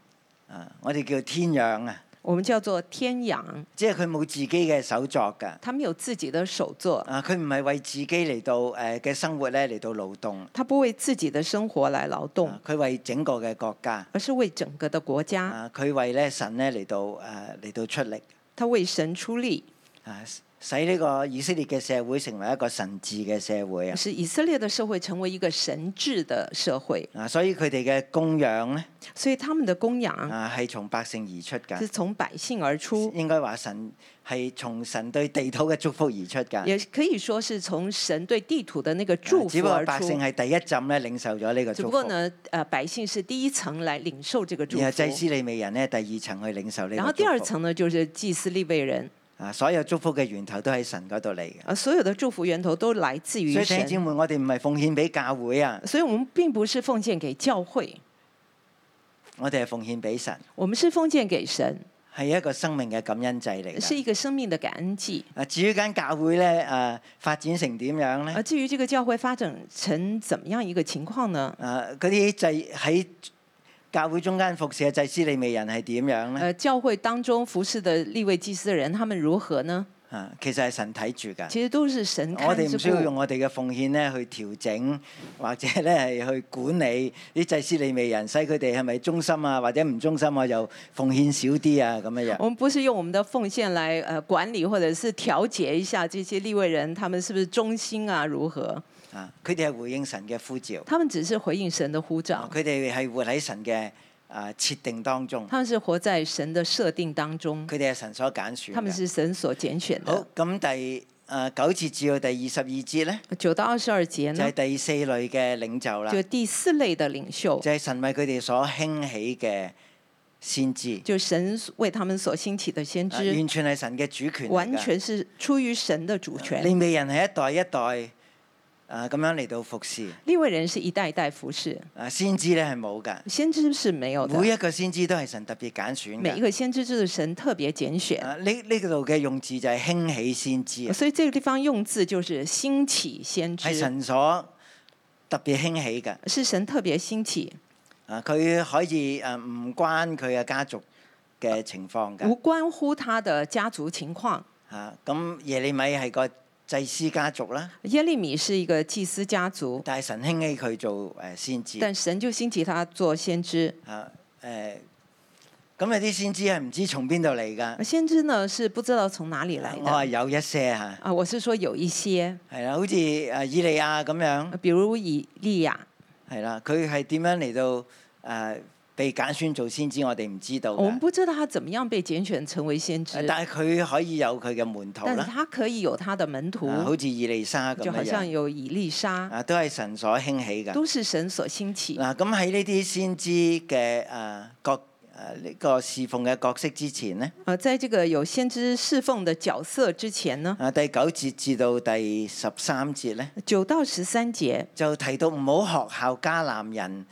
S2: 啊，我哋叫天養啊，
S3: 我們叫做天養，
S2: 即係佢冇自己嘅手作㗎，
S3: 他們有自己的手作，
S2: 啊，佢唔係為自己嚟到誒嘅生活咧嚟到勞動，
S3: 他不為自己的生活來勞動
S2: 啊，佢、為整個嘅國家，
S3: 而是為整個的國家，
S2: 啊，佢為咧神咧嚟到誒嚟到出力。
S3: 他為神出力，
S2: 啊，使呢個以色列嘅社會成為一個神治嘅社會啊！
S3: 使以色列的社會成為一個神治的社會。
S2: 啊，所以佢哋嘅供養咧，
S3: 所以他們的供養
S2: 啊係從百姓而出
S3: 嗯是
S2: 㗎，
S3: 從百姓而出，
S2: 應該話神係從神對地土嘅祝福而出㗎。啊
S3: 也可以說是從神對地土的那個祝
S2: 只
S3: 福
S2: 不過
S3: 而
S2: 百
S3: 出
S2: 姓。係第一浸咧領受咗呢個
S3: 只
S2: 祝
S3: 不
S2: 福
S3: 過，呢，呃，百姓是第一層來領受這個祝
S2: 然後祭
S3: 福，
S2: 司利未人咧第二層去領受呢個
S3: 然後第二
S2: 祝福。
S3: 層呢就是祭司立位人，
S2: 啊，所有祝福嘅源頭都喺神嗰度嚟嘅。
S3: 啊，所有的祝福源頭都來自
S2: 所
S3: 於
S2: 以弟兄姊
S3: 神。
S2: 妹，我哋唔係奉獻俾教會啊，
S3: 所以，我們並不是奉獻給教會，
S2: 我哋係奉獻俾神，
S3: 我們是奉獻給神，
S2: 係一個生命嘅感恩祭嚟
S3: 是
S2: 㗎。
S3: 一個生命的感恩祭。
S2: 啊，至於間教會咧，誒發展成點樣咧
S3: 而？至於這個教會發展成怎麼樣一個情況呢？
S2: 啊！嗰啲祭喺教會中間服侍嘅祭司利未人係點樣呢？
S3: 呃，教會當中服侍的立位祭司的人，他們如何呢？
S2: 啊，其實係神睇住㗎。
S3: 其實都是神
S2: 我
S3: 看
S2: 哋
S3: 之
S2: 唔需要用
S3: 顧，
S2: 我哋嘅奉獻咧去調整，或者咧係去管理啲祭司利未人，使佢哋係咪忠心啊，或者唔忠心啊，又奉獻少啲啊咁樣樣。
S3: 我們不是用我們的奉獻來呃管理或者是調節一下這些立位人，他們是不是忠心啊？如何？
S2: 啊，佢哋係回應神嘅呼召，
S3: 他們只是回應神的呼召
S2: 啊，佢哋係活喺神嘅啊設定當中，
S3: 他們是活在神的設定當中，
S2: 佢哋係神所揀選
S3: 他們
S2: 嘅。
S3: 是神所揀選
S2: 好
S3: 的。，
S2: 咁第啊九節至到第二十二節咧，
S3: 九到二十二節
S2: 就係，
S3: 呢
S2: 第四類嘅領袖啦
S3: 嗯就。第四類的領袖，
S2: 就係神為佢哋所興起嘅先知，
S3: 就神為他們所興起的先
S2: 啊
S3: 知，
S2: 完全係神嘅主權嚟㗎。
S3: 完全是出於神的主權。
S2: 利未人係一代一代啊咁樣嚟到服侍，
S3: 立位人是一代一代服侍，
S2: 啊先知咧係冇㗎，
S3: 先知是沒有
S2: 每
S3: 的，
S2: 一個先知都係神特別揀選
S3: 每一
S2: 㗎。
S3: 個先知就是神特別揀選。
S2: 啊呢呢度嘅用字就係興起先知啊，
S3: 所以這個地方用字就是興起
S2: 係
S3: 先知，
S2: 哎神所特別興起㗎。
S3: 是神特別興起，
S2: 呃啊，佢可以誒唔關佢嘅家族嘅情況
S3: 无
S2: 㗎
S3: 关乎他的家族情况。
S2: 嚇。咁、耶利米係個祭司家族啦，
S3: 耶利米是一个祭司家族，
S2: 但係神興起佢做誒先知
S3: 但神就兴起他做先知。
S2: 嚇誒。咁有啲先知係唔知從邊度嚟㗎。
S3: 先知呢是不知道从哪里来
S2: 我係
S3: 的
S2: 有一些嚇，
S3: 啊，我是说有一些，
S2: 係啦，好似誒以利亞咁樣
S3: 呃，比如以利亚，
S2: 係啦，佢係點樣嚟到誒被揀選做先知，我哋唔知道
S3: 我们
S2: 㗎。
S3: 不知道他怎么样被拣选成为先知，
S2: 但係佢可以有佢嘅門徒
S3: 但是
S2: 啦，
S3: 他可以有他的门徒，
S2: 啊好似以利沙咁
S3: 就好像
S2: 樣，
S3: 有以利沙，
S2: 啊都係神所興起㗎。
S3: 都是神所兴起。
S2: 嗱，咁喺呢啲先知嘅誒角誒呢個侍奉嘅角色之前呢，
S3: 呃，在这个有先知侍奉的角色之前呢，
S2: 啊第九節至到第十三節呢，
S3: 九到十三节
S2: 就提到唔好學效迦南人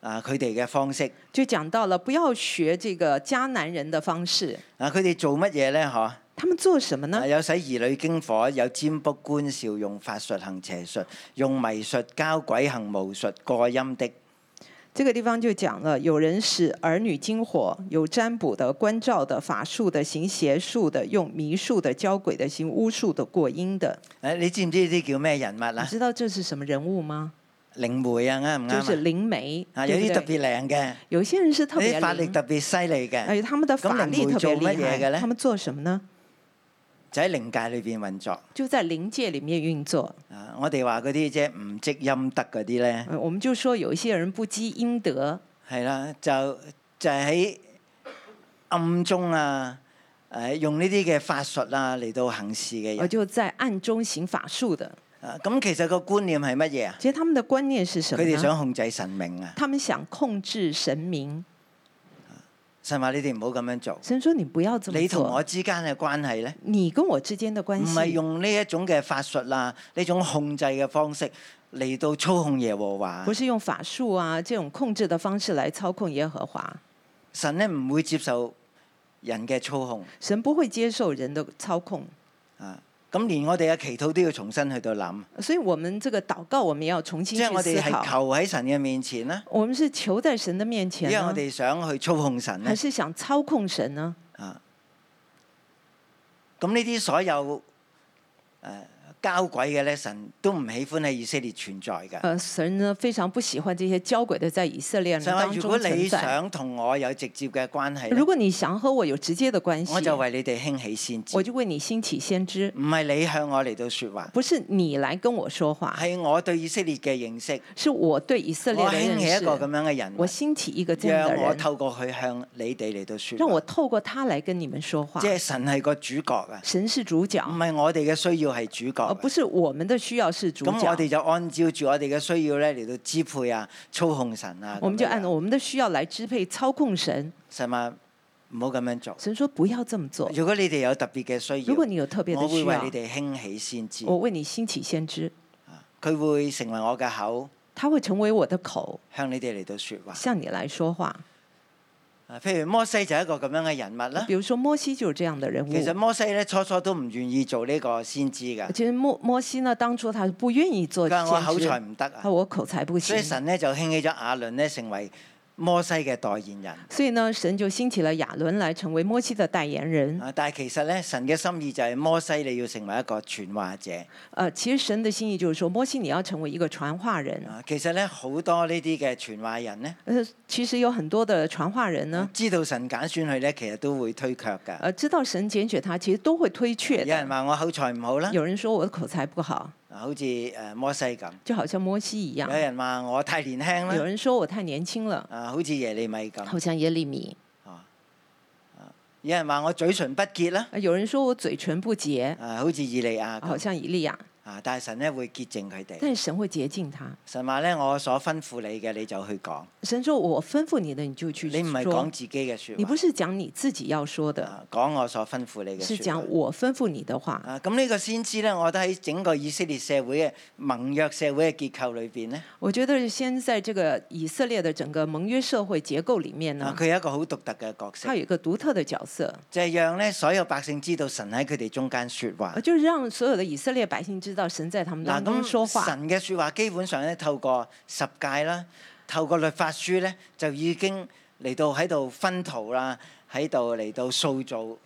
S2: 啊佢哋嘅方式，
S3: 就讲到了不要学这个迦南人的方式，
S2: 啊佢哋做乜嘢呢？嗬、
S3: 他们做什么呢
S2: 啊？有使兒女經火，有占卜觀兆，用法術行邪術，用迷術交鬼行巫術，過陰的。
S3: 这个地方就讲了，有人使儿女惊火，有占卜的、关照的、法术的、行邪术的、用迷术的、教鬼的、行巫术的、过阴的。
S2: 誒、你知唔知呢啲叫咩人物
S3: 你
S2: 啊？
S3: 知道这是什么人物吗？
S2: 靈媒啊，啱唔
S3: 就是
S2: 啱啊？
S3: 灵媒，
S2: 啊，有
S3: 对不
S2: 啲特
S3: 对？
S2: 別靚嘅，
S3: 有些人是特
S2: 有
S3: 别
S2: 啲法力
S3: 灵
S2: 特別犀利嘅。
S3: 哎，他们的
S2: 咁
S3: 法
S2: 灵
S3: 力
S2: 媒
S3: 特别
S2: 做乜
S3: 厉
S2: 嘢嘅
S3: 害。
S2: 呢
S3: 他们做什么呢？
S2: 就喺靈界裏邊運作。
S3: 就在灵界里面运作。
S2: 啊，我哋話嗰啲即係唔積陰德嗰啲咧，
S3: 呃我们就说有一些人不积阴德，
S2: 係啦，就就係喺暗中啊，誒、用呢啲嘅法術啊嚟到行事嘅
S3: 呃，
S2: 人。
S3: 就在暗中行法术的。
S2: 啊，咁其實個觀念係乜嘢啊？
S3: 其实他们的观念是什
S2: 佢
S3: 么
S2: 哋
S3: 呢？
S2: 想控制神明啊！
S3: 他们想控制神明。
S2: 神話你哋唔好咁樣做。
S3: 神说：“你不要这么
S2: 你同
S3: 做。
S2: 我之間嘅關係咧，
S3: 你跟我之间的关
S2: 唔
S3: 系，
S2: 係用呢一種嘅法術啊，呢種控制嘅方式嚟到操控耶和華
S3: 不。是用法术啊这种控制的方式来操控耶和华。
S2: 神咧唔會接受人嘅操控。
S3: 神不会接受人的操控，
S2: 啊，咁連我哋嘅祈禱都要重新去到諗，
S3: 所以我们这个祷告，我们要重新
S2: 即係
S3: 去
S2: 我
S3: 思
S2: 哋係
S3: 考。
S2: 求喺神嘅面前啦，
S3: 我们是求在神的面前
S2: 因為我
S3: 呢，
S2: 哋想去操控神啊咧
S3: 还。是想操控神呢？
S2: 啊，咁呢啲所有誒、呃交鬼嘅咧，神都唔喜歡喺以色列存在㗎。
S3: 呃，神呢非常不喜欢这些交鬼的在以色列人
S2: 神話：啊
S3: 当
S2: 如
S3: 中
S2: 果你
S3: 存在。
S2: 想同我有直接嘅關係呢
S3: 如，果你想和我有直接的关系，
S2: 我就為你哋興起先知
S3: 我，就为你兴起先知，
S2: 唔係你向我嚟到説話，
S3: 不是你来跟我说话，
S2: 係我對以色列嘅認識，
S3: 是我对以色列
S2: 我
S3: 啊的
S2: 興
S3: 认
S2: 起一個咁
S3: 识。
S2: 樣嘅人物
S3: 我，興起一个这样的
S2: 讓我
S3: 人，
S2: 透過佢向你哋嚟到説
S3: 让
S2: 話
S3: 我。透过他来跟你们说话
S2: 即。係神係個主角啊，
S3: 神是主角
S2: 唔，係我哋嘅需要係主角
S3: 而
S2: 啊。
S3: 哦不是我们的需要是主
S2: 咁我哋
S3: 角。
S2: 就按照住我哋嘅需要咧嚟到支配啊、操控神啊。
S3: 我们就
S2: 咁樣
S3: 按我们的需要来支配、操控神。
S2: 神話唔好咁樣做。
S3: 神说不要这么做。
S2: 如果你哋有特別嘅需
S3: 如果你
S2: 要，
S3: 有特别的
S2: 我會
S3: 需
S2: 為
S3: 要
S2: 你，哋興起先知，
S3: 我为你兴起先知，
S2: 佢會成為我嘅口，
S3: 他会成为我的口，
S2: 向你哋嚟到説話。
S3: 向你来说话。
S2: 啊譬如摩西就係一個咁樣嘅人物啦
S3: 比。如说摩西就是这样的人
S2: 啊
S3: 物。
S2: 其實摩西咧初初都唔願意做呢個先知㗎，
S3: 其实摩摩西呢，当初他是不愿意做
S2: 佢
S3: 先
S2: 話我口
S3: 知，
S2: 才唔得
S3: 他
S2: 啊，
S3: 我口才不
S2: 所
S3: 行
S2: 以，神咧就興起咗亞倫咧成為摩西嘅代言人。
S3: 所以呢，神就兴起了亚伦来成为摩西的代言人。
S2: 啊！但係其實咧，神嘅心意就係摩西你要成為一個傳話者。
S3: 呃，其实神的心意就是说，摩西你要成为一个传话人。
S2: 啊，其實咧好多呢啲嘅傳話人咧，
S3: 呃，其实有很多的传话人呢，
S2: 知道神揀選佢咧，其實都會推卻㗎。
S3: 呃，知道神拣选他，其实都会推却
S2: 有人
S3: 的。
S2: 話我口才唔好啦，
S3: 有人说我的口才不好，
S2: 啊好似誒摩西咁；
S3: 就好像摩西一样
S2: 有；人話我太年輕
S3: 有
S2: 啦，
S3: 人说我太年轻了，
S2: 啊好似耶利米咁；
S3: 好像耶利米；
S2: 有人話我嘴唇不潔啦，
S3: 呃有人说我嘴唇不洁，
S2: 啊好似以利亞
S3: 好
S2: 咁。
S3: 像以利亚。
S2: 啊，但係神咧會潔淨佢哋。
S3: 但是神会洁净他。
S2: 神話咧，我所吩咐你嘅你就去講，
S3: 神说：“我吩咐你的，你就去
S2: 你唔係講
S3: 说。
S2: 自己嘅説
S3: 你不
S2: 話，
S3: 是讲你自己要说的，
S2: 啊講我所吩咐你嘅
S3: 是
S2: 説話
S3: 讲。我吩咐你的话。
S2: 啊，咁呢個先知咧，我覺得喺整個以色列社會嘅盟約社會嘅結構裏邊咧，”
S3: 我觉得先在这个以色列的整个盟约社会结构里面
S2: 啊
S3: 呢，，
S2: 佢有一個好獨特嘅角色
S3: 它，有一个独特的角色，
S2: 就係讓咧所有百姓知道神喺佢哋中間説話
S3: 呃。就是讓所有的以色列百姓知道神在他们
S2: 嗱，
S3: 当中说
S2: 咁
S3: 话。
S2: 神嘅説話基本上咧透過十戒啦，透過律法書咧就已經嚟到喺度分途啦，喺度嚟到塑造誒、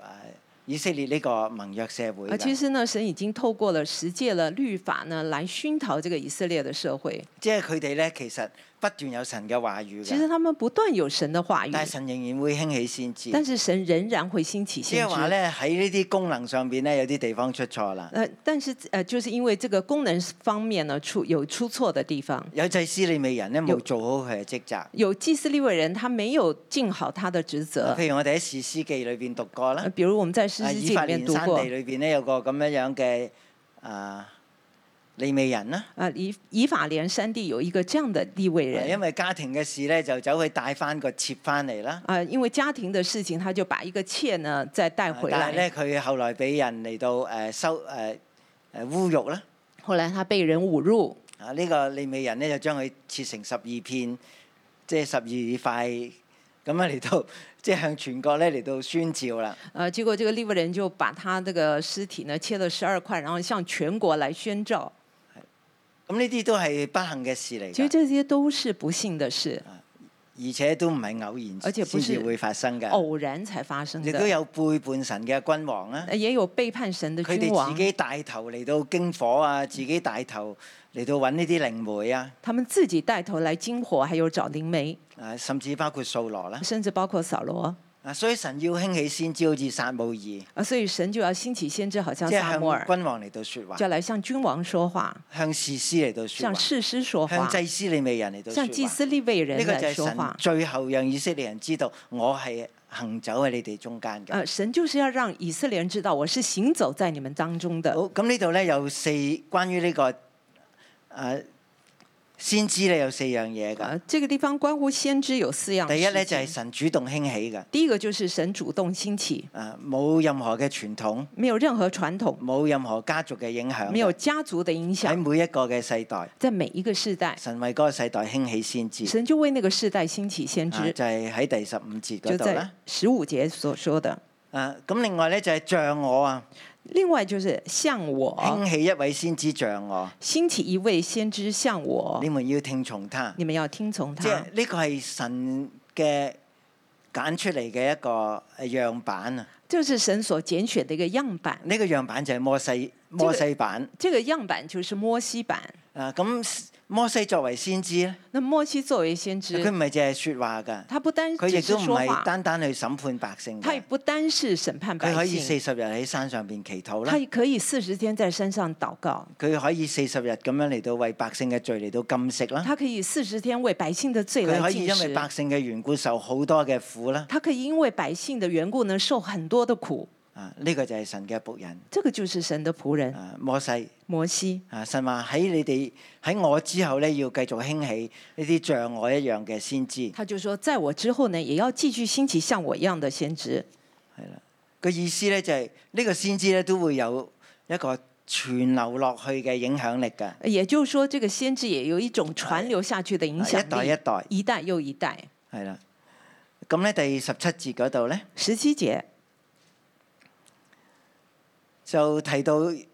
S2: 以色列呢個盟約社會
S3: 而啊其
S2: 㗎。
S3: 实呢，神已经透过了十诫了律法呢，来熏陶这个以色列的社会。
S2: 即係佢哋咧，其實不斷有神嘅話語
S3: 其
S2: 㗎，
S3: 实他們不斷有神的話
S2: 但
S3: 語
S2: 係，神仍然會興起先知。
S3: 但是神仍然會興起
S2: 即係
S3: 先
S2: 話
S3: 知。
S2: 咧，喺呢啲功能上邊咧，有啲地方出錯啦。
S3: 呃，但是呃，就是因為這個功能方面呢出有出錯的地方，
S2: 有祭司利未人咧冇
S3: 有
S2: 做好佢嘅職責。
S3: 有祭司立位人他沒有盡好他的職責。
S2: 譬如我哋喺《史詩記》裏邊讀過啦
S3: 呃，比如我們在士
S2: 啊
S3: 師
S2: 以
S3: 記
S2: 法蓮
S3: 裡面讀
S2: 山
S3: 過
S2: 地，裏邊咧有個咁樣樣嘅啊利未人啦，
S3: 呃，以以法蓮山地有一個這樣的立位
S2: 啊
S3: 人，
S2: 因為家庭嘅事咧就走去帶翻個妾翻嚟啦。
S3: 啊、因為家庭的事情，他就把一個妾呢再帶
S2: 啊
S3: 回
S2: 但係
S3: 來。
S2: 咧，佢後來俾人嚟到誒收誒誒侮辱啦。
S3: 後來他被人侮辱，
S2: 啊，呢個利未人咧就將佢切成十二片，即係十二塊咁樣嚟到，即係向全國咧嚟到宣召啦。
S3: 呃，結果這個利未人就把他這個屍體呢切了十二塊，然後向全國來宣召。
S2: 咁呢啲都係不幸嘅事嚟
S3: 其實
S2: 㗎，
S3: 這些都是不幸的事，
S2: 而且都唔係偶
S3: 而且
S2: 然
S3: 不
S2: 先
S3: 是
S2: 至會發生㗎。
S3: 偶然才發生
S2: 哎亦都
S3: 的。
S2: 有背叛神嘅君王啊，
S3: 呃也有背叛神的
S2: 佢
S3: 君
S2: 哋自
S3: 王，啊
S2: 己帶頭嚟到經火啊，自己帶頭嚟到揾呢啲靈媒啊，
S3: 他們自己帶頭來經火，還有找靈媒，
S2: 啊甚至包括掃羅啦。
S3: 甚至包括掃羅。
S2: 啊，所以神要興起先知，好似撒母耳，即
S3: 啊，所以神就要興起先知，好像
S2: 係
S3: 撒
S2: 向
S3: 母耳，
S2: 君王嚟到説話
S3: 就，要來向君王說話，
S2: 向士師嚟到説
S3: 向
S2: 話。
S3: 士師說
S2: 向
S3: 話，
S2: 祭司利未人嚟到
S3: 向祭
S2: 説話。
S3: 司立位
S2: 呢
S3: 人
S2: 個就
S3: 來
S2: 係
S3: 說
S2: 神
S3: 話。
S2: 最後讓以色列人知道，我係行走喺你哋中間嘅。
S3: 呃，神就是要讓以色列人知道我是行走在你們當中的。
S2: 好，咁呢度咧有四關於呢、個誒、呃先知咧有四樣嘢㗎。
S3: 啊，這個地方關乎先知有四樣事
S2: 第
S3: 情。
S2: 一咧就係、神主動興起㗎，
S3: 第一個就是神主動興起，
S2: 誒冇任何嘅傳統，
S3: 沒有任何傳統，
S2: 冇任何家族嘅影響
S3: 沒有
S2: 㗎。
S3: 家族的影
S2: 喺
S3: 響，
S2: 每一個嘅世代，
S3: 在每一個世代，
S2: 神為嗰個世代興起先知，
S3: 神就為那個世代興起先
S2: 啊
S3: 知，
S2: 就係、喺第十五節
S3: 就
S2: 嗰度
S3: 在
S2: 啦。
S3: 十五節所說的。
S2: 啊，咁另外咧就係、像我啊，
S3: 另外就是像我
S2: 興起一位先知像我。
S3: 興起一位先知像我
S2: 你，們要聽從他，
S3: 你們哦要聽從
S2: 即
S3: 他
S2: 係。呢個係神嘅揀出嚟嘅一個樣板啊！
S3: 這是神所揀選的一個樣板，
S2: 呢、個樣板就係摩西摩西版
S3: 這個樣板就是摩西版。
S2: 啊！咁摩西作為先知咧，
S3: 那摩西作為先知，
S2: 佢唔係淨係説話㗎，
S3: 他不單
S2: 佢
S3: 只
S2: 亦
S3: 是
S2: 都唔
S3: 說
S2: 係
S3: 話，
S2: 單單去審判百姓
S3: 他也
S2: 㗎，
S3: 不單是審判
S2: 佢可
S3: 百
S2: 以四
S3: 姓，
S2: 十日喺山上邊祈禱
S3: 他
S2: 啦，
S3: 也可以四十天在山上禱告，
S2: 佢可以四十日咁樣嚟到為百姓嘅罪嚟到禁食啦，
S3: 他可以四十天為百姓的罪
S2: 佢可
S3: 來
S2: 以
S3: 禁
S2: 因為
S3: 食，
S2: 百姓嘅緣故受好多嘅苦啦。
S3: 他可以因為百姓的緣故呢受很多的苦。
S2: 啊，呢、個就係神嘅仆人
S3: 這個就是神的僕人
S2: 啊摩西。
S3: 摩西。
S2: 啊！神話喺你哋喺我之後咧，要繼續興起呢啲像我一樣嘅先知。
S3: 他就說，在我之後呢，也要繼續興起像我一樣的先知。
S2: 個意思咧就係、呢個先知咧都會有一個傳流落去嘅影響力㗎，
S3: 也就是說，這個先知也有一種傳流下去的影響
S2: 啊
S3: 力，
S2: 一代一代
S3: 一代又一代。
S2: 係啦。咁咧第十七節嗰度咧
S3: 十七節
S2: 就提到誒、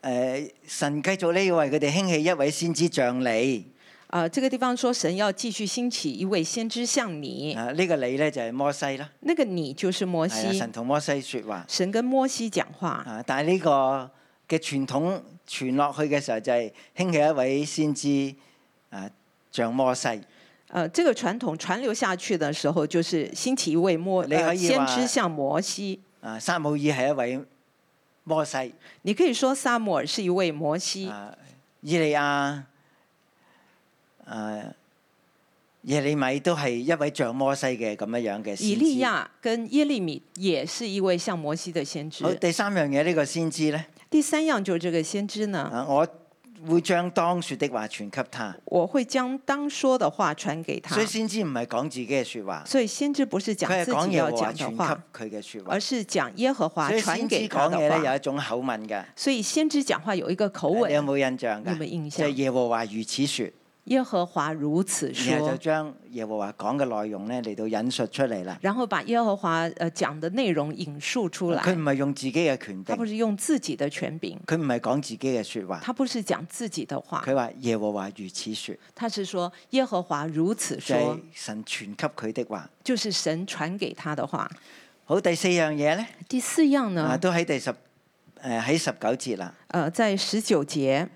S2: 呃神繼續咧要為佢哋興起一位先知像你
S3: 啊、這個地方說神要繼續興起一位先知像你，
S2: 啊！呢、個你咧就係、摩西啦，
S3: 那個你就是嗯摩
S2: 係啊！
S3: 西
S2: 神。同摩西説話
S3: 神跟摩西講話，
S2: 啊，但係呢個嘅傳統傳落去嘅時候，就係興起一位先知啊，像摩西。
S3: 呃，這個傳統傳流下去的時候，就是興起一位摩、
S2: 你可
S3: 呃、
S2: 以
S3: 先
S2: 話
S3: 知像摩西。
S2: 啊，撒母耳係一位摩西。
S3: 你可以說撒母耳是一位摩西，
S2: 啊，以利亞、啊耶利米都係一位像摩西嘅咁樣樣嘅
S3: 以
S2: 先
S3: 利
S2: 知。
S3: 亞跟耶利米也是一位像摩西的先知
S2: 好，。第三樣嘢呢個先知咧，
S3: 第三樣就是這個先知呢，
S2: 啊，我會將當説的話傳給他。
S3: 我會將當說的話傳給他
S2: 所以。先知唔係講自己嘅説話，
S3: 所以先知不是
S2: 佢
S3: 講
S2: 係
S3: 自
S2: 講
S3: 己
S2: 耶
S3: 要
S2: 和華
S3: 講的話，
S2: 傳給佢嘅説話
S3: 而。是講耶和華
S2: 所以
S3: 傳
S2: 先知
S3: 給他
S2: 講
S3: 的
S2: 嘢咧有
S3: 話
S2: 一。種口吻㗎。
S3: 所以先知講話有一個口
S2: 哎你有
S3: 吻，
S2: 冇印象㗎？
S3: 有冇印
S2: 就係
S3: 象
S2: 耶和華如此説，
S3: 耶和華如此
S2: 然後就
S3: 說，
S2: 將耶和華講嘅內容咧嚟到引述出嚟啦。
S3: 然後把耶和華呃講的內容引述出
S2: 佢
S3: 來
S2: 唔。係用自己嘅權
S3: 他
S2: 柄
S3: 不，是用自己的權柄，
S2: 佢唔係講自己嘅説話，
S3: 他不是講自己的話，
S2: 佢話耶和華如此説，
S3: 他是說耶和華如此
S2: 就
S3: 說
S2: 係，神傳給佢的話。
S3: 就是神傳給他的話。
S2: 好，第四樣嘢咧，
S3: 第四樣
S2: 啊
S3: 呢，
S2: 都喺第十誒呃喺十九節啦。
S3: 呃，在十九節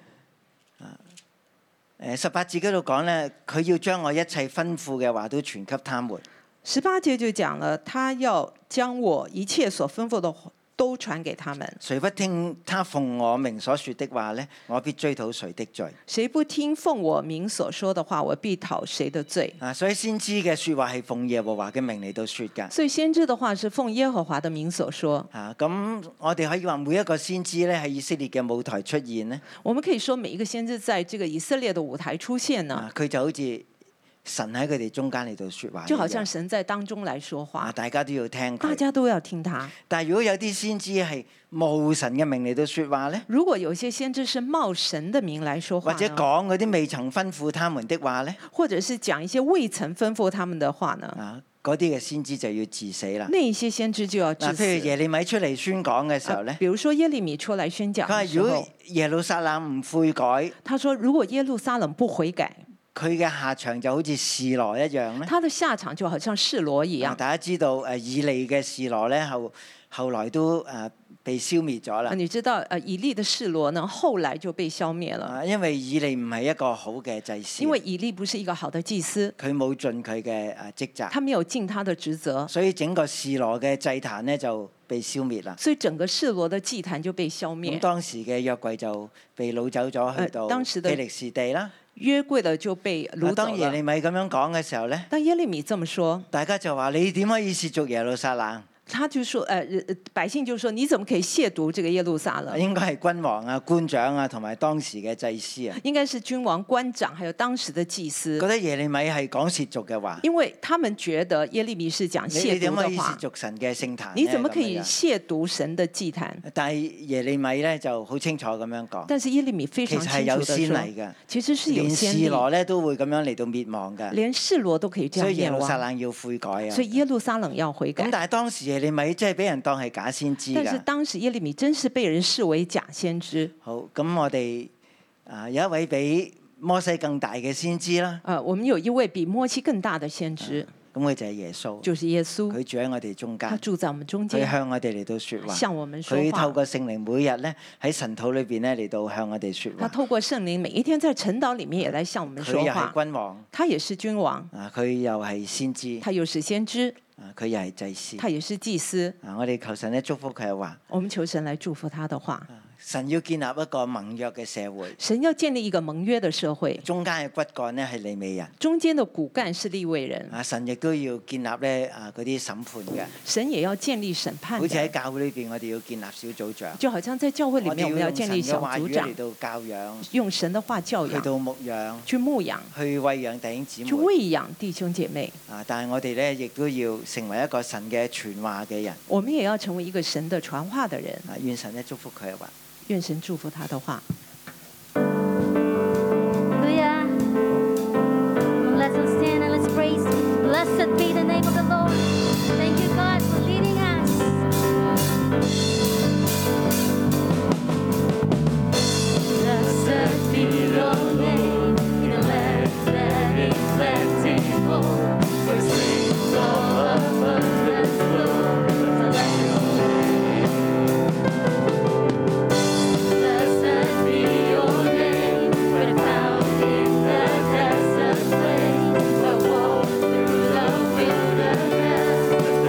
S2: 誒呃十八節嗰度講咧，佢要將我一切吩咐嘅話都傳給他們。
S4: 十八節就講了，他要將我一切所吩咐的話都傳給他們。
S2: 誰不聽他奉我名所說的話呢，我必追討誰的罪。
S4: 谁不听奉我名所说的话，我必讨谁的罪。
S2: 啊，所以先知嘅説話係奉耶和華嘅名嚟到説㗎。
S4: 所以先知的话是奉耶和華的名所说。
S2: 啊，咁我哋可以話每一個先知咧喺以色列嘅舞台出現呢，
S3: 我們可以說每一個先知在這個以色列的舞台出現呢，
S2: 啊，佢就好似神喺佢哋中間嚟到説話一樣，
S3: 就好像神在當中來說
S2: 啊，
S3: 話，
S2: 大家都要聽
S3: 大
S2: 佢。
S3: 家都要聽他。
S2: 但係如果有啲先知係冒神嘅名嚟到説話呢，
S3: 如果有些先知是冒神的名來說
S2: 或
S3: 話
S2: 者
S3: 呢，
S2: 講嗰啲未曾吩咐他們的話呢，
S3: 或者是講一些未曾吩咐他們的話呢，
S2: 啊，嗰啲嘅先知就要致死啦。
S3: 那一些先知就要致
S2: 嗱，譬如
S3: 死。
S2: 耶利米出嚟宣講嘅時候
S3: 啊
S2: 呢，
S3: 比如說耶利米出來宣講
S2: 佢話
S3: 的時
S2: 如
S3: 啊候
S2: 果，耶路撒冷唔悔改，
S3: 他說如果耶路撒冷不悔改，
S2: 佢嘅下場就好似示羅一樣咧。
S3: 他的下場就好像示羅一
S2: 啊
S3: 樣。
S2: 大家知道誒以利嘅示羅咧，後後來都誒被消滅咗啦
S3: 啊，。你知道，呃，以利的示羅呢，後來就被消滅了，
S2: 啊，因為以利唔係一個好嘅祭司，
S3: 因為以利不是一個好的祭司，
S2: 佢冇盡佢嘅誒職責，
S3: 他没有盡他的職責，
S2: 所以整個示羅嘅祭壇咧就被消滅啦。
S3: 所以整個示羅的祭壇就被消
S2: 咁
S3: 滅，
S2: 當時嘅約櫃就被擄走咗，去
S3: 呃
S2: 到
S3: 當時的
S2: 腓力士地啦。啊
S3: 約櫃的就被
S2: 嗱，
S3: 擄
S2: 當
S3: 走
S2: 耶
S3: 了
S2: 利。米咁樣講嘅時候咧，
S3: 當耶利米這麼說，
S2: 大家就話：你點可以褻瀆耶路撒冷？
S3: 他就說，呃，呃百姓就說，你怎麼可以褻瀆這個耶路撒冷？
S2: 應該係君王啊、官長啊，同埋當時嘅祭司 啊，
S3: 應該是君王、官長，還有當時的祭司
S2: 覺，得耶利米係講褻瀆嘅話。
S3: 因為他們覺得耶利米是講
S2: 你你
S3: 褻
S2: 點
S3: 瀆
S2: 可
S3: 的
S2: 以褻
S3: 話，
S2: 瀆神嘅聖壇呢？
S3: 你怎麼可以
S2: 哎咁樣
S3: 褻瀆神的祭壇？
S2: 但係耶利米咧就好清楚咁樣講，
S3: 但是耶利米非
S2: 其
S3: 常
S2: 實係
S3: 清
S2: 有
S3: 楚
S2: 先
S3: 的
S2: 例
S3: 說，
S2: 嘅，
S3: 其實是有
S2: 連
S3: 先
S2: 示
S3: 例，
S2: 羅咧都會咁樣嚟到滅亡嘅，
S3: 連示羅都可以這樣
S2: 所以耶
S3: 滅
S2: 路撒
S3: 亡，
S2: 冷要悔改啊。
S3: 所以
S2: 咁
S3: 耶路撒冷要悔改
S2: 但。係當時耶利米即係俾人當係假先知
S3: 但是
S2: 㗎。
S3: 當時耶利米真是被人視為假先知。
S2: 好，咁我哋啊有一位比摩西更大嘅先知啦，
S3: 呃，我們有一位比摩西更大的先知，
S2: 咁佢就係耶穌，
S3: 就是耶穌，
S2: 嗯佢住喺我哋中
S3: 他
S2: 間，
S3: 住在我們中
S2: 佢
S3: 間，
S2: 向我哋嚟到説話。
S3: 向我們說
S2: 佢透
S3: 話。
S2: 過聖靈每日咧喺神土裏邊咧嚟到向我哋説
S3: 他
S2: 話。
S3: 透過聖靈，每一天在晨禱裡面也來向我們
S2: 佢
S3: 說
S2: 又
S3: 話。
S2: 係君王，
S3: 他也是君王，
S2: 啊佢又係先知，
S3: 他又是先知，
S2: 啊佢又係祭司。
S3: 他也是祭司。
S2: 啊！我哋求神咧祝福佢嘅話，
S3: 我們求神來祝福他的話。
S2: 嗯神要建立一個盟約嘅社會，
S3: 神要建立一個盟約的社會，
S2: 中間嘅骨幹咧係利未人。
S3: 中間的骨幹是利未人，
S2: 啊！神亦都要建立咧啊嗰啲審判嘅，
S3: 神也要建立審判
S2: 好似喺
S3: 的。
S2: 教會裏邊，我哋要建立小組長，
S3: 就好像在教會裡
S2: 我
S3: 面，我
S2: 哋
S3: 們
S2: 要
S3: 要
S2: 用
S3: 建
S2: 神
S3: 立
S2: 嘅
S3: 小
S2: 話語
S3: 組
S2: 嚟
S3: 長，
S2: 到教養，
S3: 用神的話教
S2: 去
S3: 養，
S2: 到牧養，
S3: 去牧養，
S2: 去餵養弟兄姊
S3: 去
S2: 妹。
S3: 餵養弟兄姐妹。
S2: 啊！但係我哋咧亦都要成為一個神嘅傳話嘅人。
S3: 我們也要成為一個神的傳話的人。
S2: 啊！願神咧祝福佢嘅話。
S3: 愿神祝福他的話。
S5: Hallelujah. Let's all stand and let's praise. Blessed be the name of the Lord. Thank you, God, for leading us. Blessed be your name. In the land that is plentiful, where streams of abundance flow. So bless your Blessed be your name, when found in the desert place, where walk through the wilderness, the oh."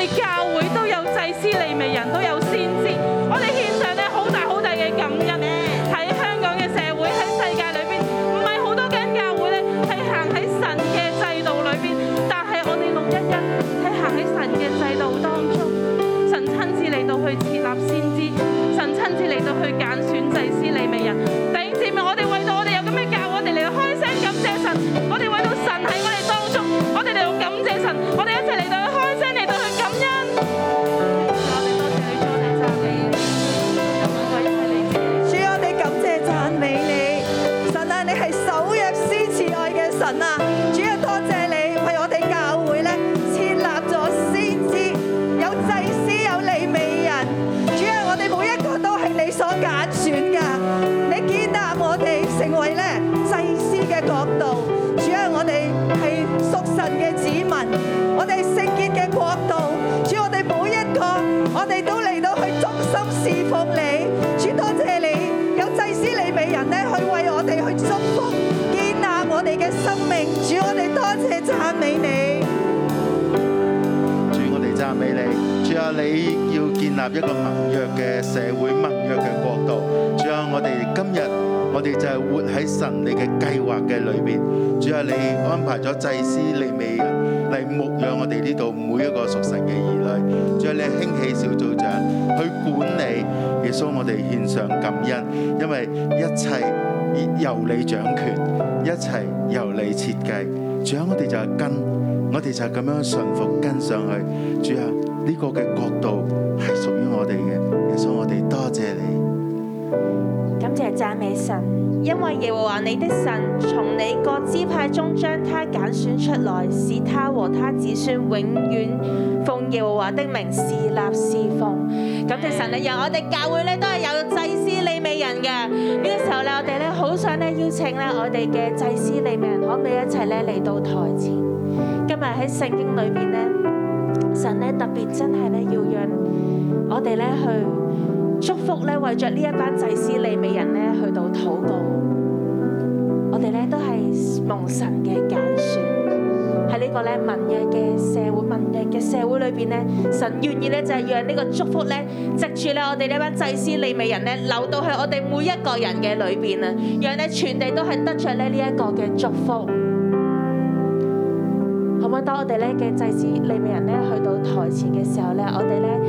S6: 祭司、利未人都有先知。我哋獻上咧好大好大嘅感恩。喺香港嘅社會，喺世界裏邊，唔係好多間教會咧係行喺神嘅制度裏邊，但係我哋六一一係行喺神嘅制度當中。神親自嚟到去設立先知，神親自嚟到去揀選祭司、利未人。弟兄姊妹，我哋為到我哋有咁嘅教，我哋嚟到開聲感謝神。我哋為到神喺我哋當中，我哋嚟到感謝神。我哋一齊嚟到去開聲嚟到去感恩。我哋多謝你，主，我哋讚美你，感恩我因為你賜你
S7: 主，我哋感謝讚美你，神啊，你係守約施慈愛嘅神啊！主啊，多謝你為我哋教會咧設立咗先知，有祭司，有利未人。主啊，我哋每一個都係你所揀選噶，你建立我哋成為咧祭司嘅國度。主啊，我哋係屬神嘅子民，我哋係聖潔嘅國度。主，我哋每一個，我哋都嚟到去忠心侍奉你。主，多謝你有祭司利未人咧，去為我哋去祝福，建立我哋嘅生命。主，我哋多謝讚美你。
S8: 主，我哋讚美你。主啊，你要建立一個盟約嘅社會、盟約嘅國度。主啊，我哋今日我哋就係活喺神你嘅計劃嘅裏邊。主啊，你安排咗祭司利未人嚟牧養我哋呢度每一個屬神嘅兒女。主啊，你興起小組長去管理。耶穌，我哋獻上感恩，因為一切由你掌權，一切由你設計。主啊，我哋就係跟。我哋就係咁樣順服跟上去。主啊，呢、個嘅角度係屬於我哋嘅，耶穌，我哋多謝你。
S9: 感謝讚美神，因為耶和華你的神從你各支派中將他揀選出來，使他和他子孫永遠奉耶和華的名侍立侍奉。感謝神咧，讓我哋教會咧都係有祭司利未人嘅。呢、個時候咧，我哋咧好想咧邀請咧我哋嘅祭司利未人，可唔可以一齊咧嚟到台前？今日喺聖經裏邊咧，神咧特別真係咧要讓我哋咧去。祝福咧，為着呢一班祭司利未人咧，去到禱告。我哋咧都係蒙神嘅揀選，喺呢個咧民約嘅社會、民約嘅社會裏邊咧，神願意咧就係讓呢個祝福咧，藉住咧我哋呢班祭司利未人咧，流到去我哋每一個人嘅裏邊啊，讓咧全地都係得着咧呢一個嘅祝福。可唔可以當我哋咧嘅祭司利未人咧去到台前嘅時候咧，我哋咧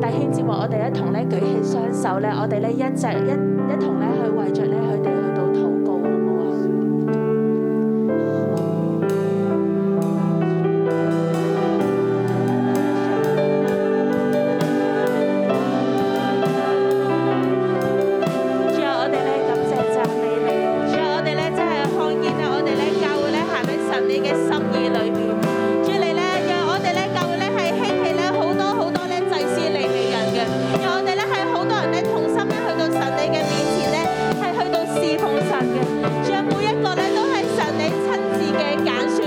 S9: 弟兄姊妹，我哋咧同咧舉起雙手咧，我哋咧一齊一一同咧去為着咧佢哋去到禱告，好唔好啊？主啊，我哋咧感謝讚美你。主啊，我哋咧真係看見咧，我哋咧教會咧行喺神你嘅心意裏邊。主啊你咧，讓我哋咧教會咧係興起咧好多好多咧祭司利未人嘅，讓我哋咧係好多人咧同心咧去到神你嘅面前咧係去到侍奉神嘅。主啊，每一個咧都係神你親自嘅揀選，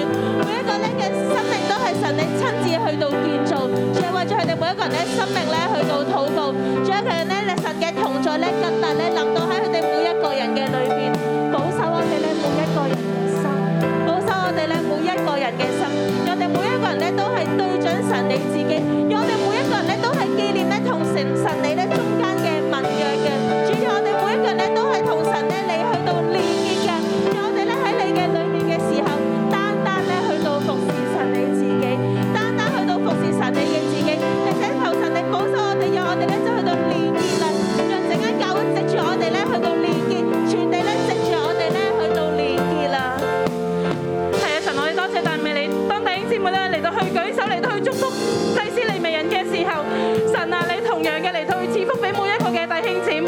S9: 每一個咧嘅生命都係神你親自去到建造。主啊，為咗佢哋每一個人咧生命咧去到禱告，將佢哋咧咧神嘅同在咧更大咧臨到喺佢哋每一個人嘅裏邊，保守我哋咧每一個人嘅心，保守我哋咧每一個人嘅心，讓我哋每一個人咧都係對準神你自己，讓我哋每一個人咧都係紀念咧同神神你咧中間嘅盟約嘅，主要我哋每一個人咧都係同神咧你去到連結嘅，讓我哋咧喺你嘅裏面嘅時候，單單咧去到服侍神你自己，單單去到服侍神你嘅自己，並且求神你保守我哋，讓我哋咧就去到連結啦，讓整間教會藉住我哋咧去到連結，全地咧藉住我哋咧去到連結啦。
S6: 係啊，神，我哋多謝讚美你。當弟兄姊妹咧嚟到去舉手嚟到去祝福祭司利未人嘅時候，神啊，你同樣嘅嚟到去賜福俾每一個嘅弟兄姊妹。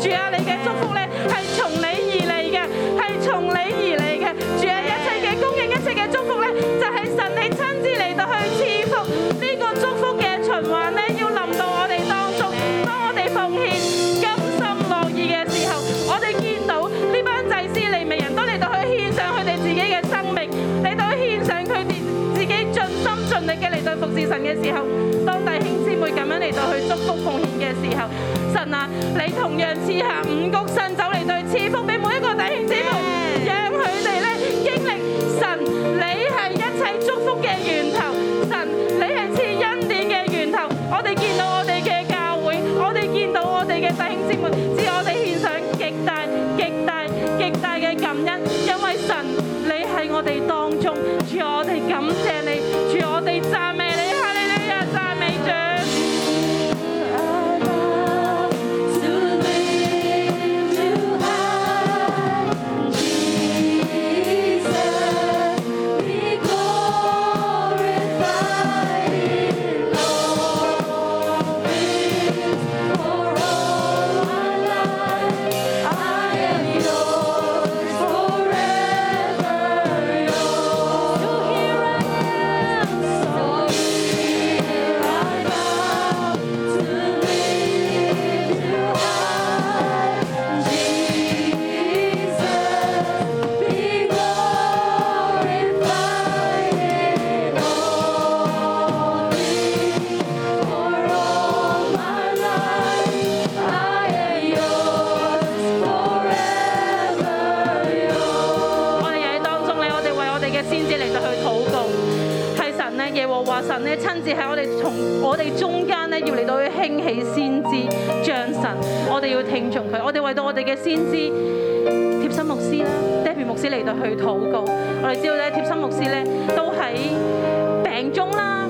S6: 主啊，你嘅祝福咧係從你而嚟嘅，係從你而嚟嘅。主啊，一切嘅供應，一切嘅祝福咧，就係神你親自嚟到去賜福。呢個祝福嘅循環咧，要臨到我哋當中。當我哋奉獻甘心樂意嘅時候，我哋見到呢班祭司利未人都嚟到去獻上佢哋自己嘅生命，嚟到去獻上佢哋自己盡心盡力嘅嚟到服侍神嘅時候，當弟兄姊妹咁樣嚟到去祝福奉獻嘅時候，神啊，你同樣賜下五谷新酒嚟到去賜福俾每一個弟兄姊妹，讓佢哋咧經歷神，你係一切祝福嘅源頭，神你係賜恩典嘅源頭，我哋見到我哋。
S9: 嘅弟兄姊妹，只我哋獻上極大、極大、極大嘅感恩，因為神你喺我哋當中，主我哋感謝你，主我哋讚美你，哈利路亞，讚美主。我哋喺當中咧，我哋為我哋嘅先知嚟到去禱告，係神咧，耶和華神咧親自喺我哋從我哋中間咧，要嚟到去興起先知將神，我哋要聽從佢，我哋為到我哋嘅先知貼心牧師啦、Debbie 牧師嚟到去禱告，我哋知道咧貼心牧師咧都喺病中啦。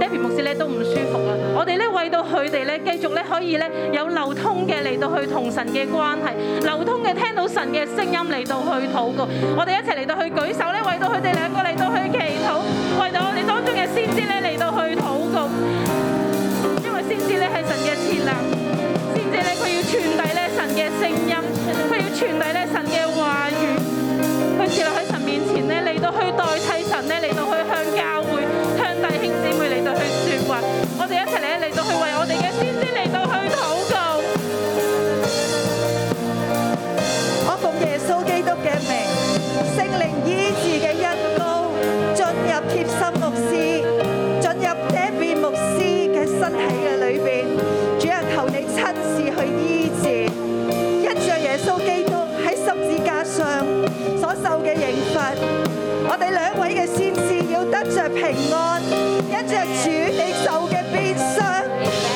S9: Debbie 牧師咧都唔舒服啊！我哋咧為到佢哋咧繼續咧可以咧有流通嘅嚟到去同神嘅關係，流通嘅聽到神嘅聲音嚟到去禱告。我哋一齊嚟到去舉手咧，為到佢哋兩個嚟到去祈禱，為到我哋當中嘅先知咧嚟到去禱告，因為先知咧係神嘅設立，先知咧佢要傳遞咧神嘅聲音，佢要傳遞咧神嘅話語。佢設立喺神面前咧，嚟到去代替神咧，嚟到去向教會、向弟兄姊妹嚟到去説話。我哋一齊嚟嚟到去為我哋嘅先知嚟到去禱告。
S7: 我奉耶穌基督嘅名，聖靈醫治嘅恩膏進入貼心牧師，進入 Debbie 牧師嘅身體嘅裏邊。主啊，求你親自去醫治，因着耶穌基督喺十字架上所受嘅刑罰，我哋兩位嘅先知要得着平安，因着主你受嘅鞭傷。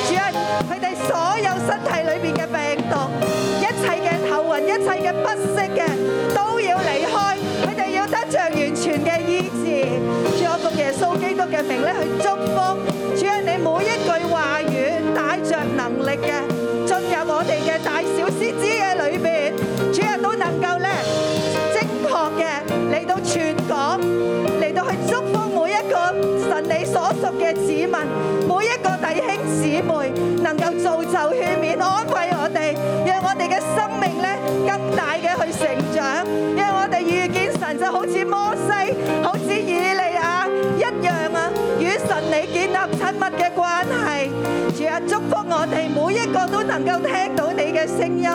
S7: 主啊，佢哋所有身體裏邊嘅病毒，一切嘅頭暈，一切嘅不適嘅，都要離開，佢哋要得着完全嘅醫治。主，我奉耶穌基督嘅名咧去祝福。主啊，你每一句話語帶着能力嘅，進入我哋嘅大小先知嘅裏邊，主啊都能夠咧精確嘅嚟到傳講，嚟到去祝福每一個神你所屬嘅子民，每一個弟兄姊妹能夠造就勸勉安慰我哋，讓我哋嘅生命咧更大嘅去成長，讓我哋遇見神就好似摩西，好似以利亞一樣啊，與神你建立親密嘅關係。主啊，祝福我哋每一個都能夠聽到你嘅聲音，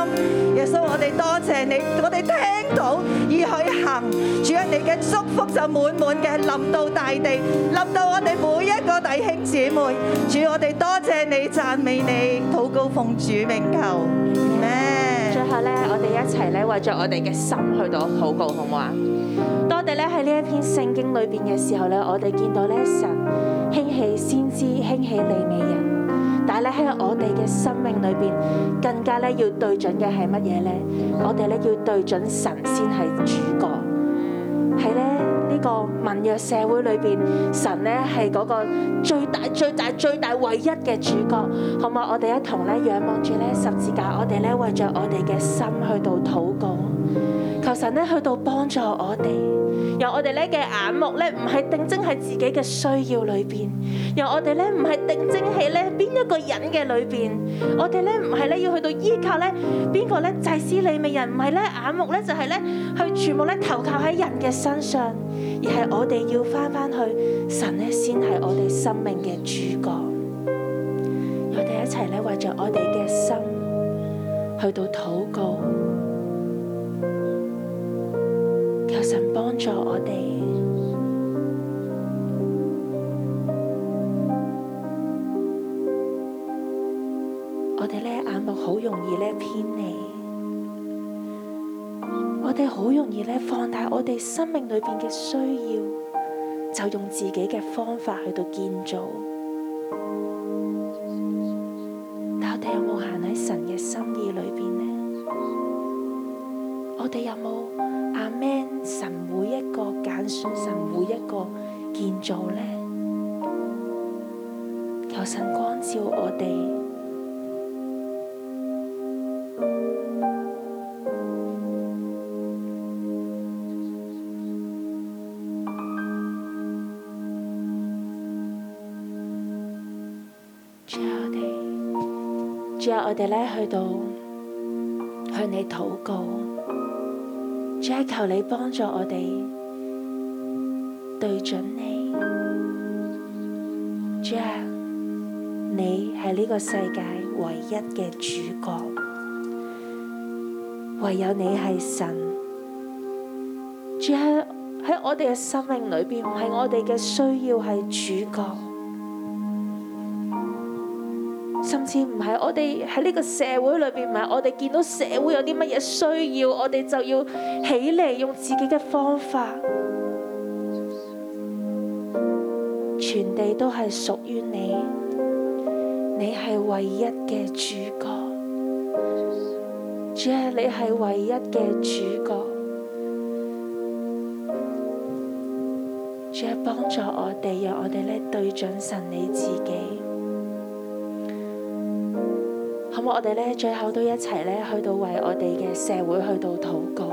S7: 耶穌，我哋多謝你，我哋聽到而去行。主啊，你嘅祝福就滿滿嘅臨到大地，臨到我哋每一個弟兄姊妹。主，我哋多謝你，讚美你，禱告奉主名求，咩
S10: 最？後咧，我哋一齊咧為咗我哋嘅心去到禱告，好唔好啊？當我哋咧喺呢一篇聖經裏邊嘅時候咧，我哋見到咧神興起先知，興起利未人，但係咧喺我哋嘅生命裏邊，更加咧要對準嘅係乜嘢咧？我哋咧要對準神先係主角，喺咧呢個民約社會裏邊，神咧係嗰個最大、最大、最大唯一嘅主角，好唔好？我哋一同咧仰望住咧十字架，我哋咧為着我哋嘅心去到禱告，求神咧去到幫助我哋，由我哋咧嘅眼目咧唔係定睛喺自己嘅需要裏邊，由我哋咧唔係定睛喺咧邊一個人嘅裏邊，我哋咧唔係咧要去到依靠咧邊個咧祭司利未人，唔係咧眼目咧就係咧去全部咧投靠喺人嘅身上，而係我哋要翻翻去神咧先係我哋生命嘅主角。我哋一齊咧為着我哋嘅心去到禱告，求神幫助我哋。我哋咧眼目好容易咧偏離，我哋好容易咧放大我哋生命裏邊嘅需要，就用自己嘅方法去到建造。但我哋有冇行喺神嘅心神每一個建造呢？求神光照我哋。主啊，我哋，主啊，我哋咧去到向你禱告，主啊，求你幫助我哋對準你，主啊，你係呢個世界唯一嘅主角，唯有你係神，主啊，喺我哋嘅生命裏邊，唔係我哋嘅需要係主角。甚至唔係我哋喺呢個社會裏邊，唔係我哋見到社會有啲乜嘢需要，我哋就要起嚟用自己嘅方法。全地都係屬於你，你係唯一嘅主角。主啊，你係唯一嘅主角。主啊，幫助我哋，讓我哋咧對準神你自己。好唔好？我哋咧最後都一齊咧去到為我哋嘅社會去到禱告，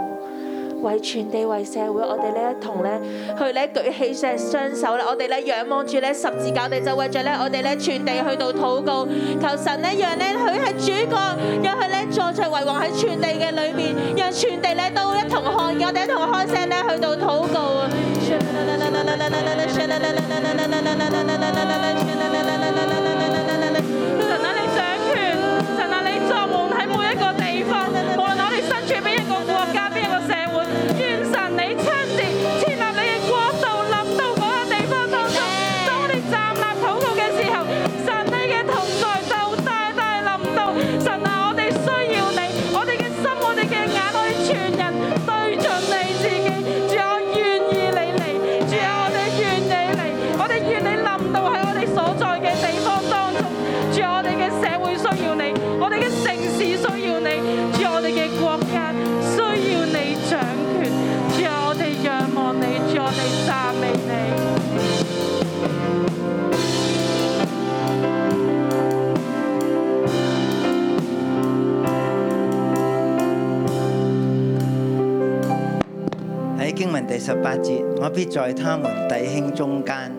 S10: 為全地為社會，我哋咧同咧去咧舉起隻雙手咧，我哋咧仰望住咧十字架，我哋就為咗咧我哋咧全地去到禱告，求神咧讓咧佢係主角，讓佢咧坐著為王喺全地嘅裏面，讓全地咧都一同看見，我哋一同開聲咧去到禱告啊！
S9: 神啊，你掌權，神啊，你作王喺每一個地方，無論我哋身處邊一個國家、邊一個社會，願神你親自設立你嘅國度，臨到嗰個地方當中。當我哋站立禱告嘅時候，神你嘅同在就大大臨到。神啊，我哋需要你，我哋嘅心、我哋嘅眼、我哋全人對準你自己。主啊，我願意你嚟，主啊，我哋願你嚟，我哋願你臨到喺我哋所在嘅地方當中。主啊，我哋嘅社會需要你，我哋嘅城市需要你，主啊，我哋嘅國家需要你掌權，主啊，我哋仰望你，主啊，我哋讚美你。
S2: 喺經文第十八節，我必在他們弟兄中間，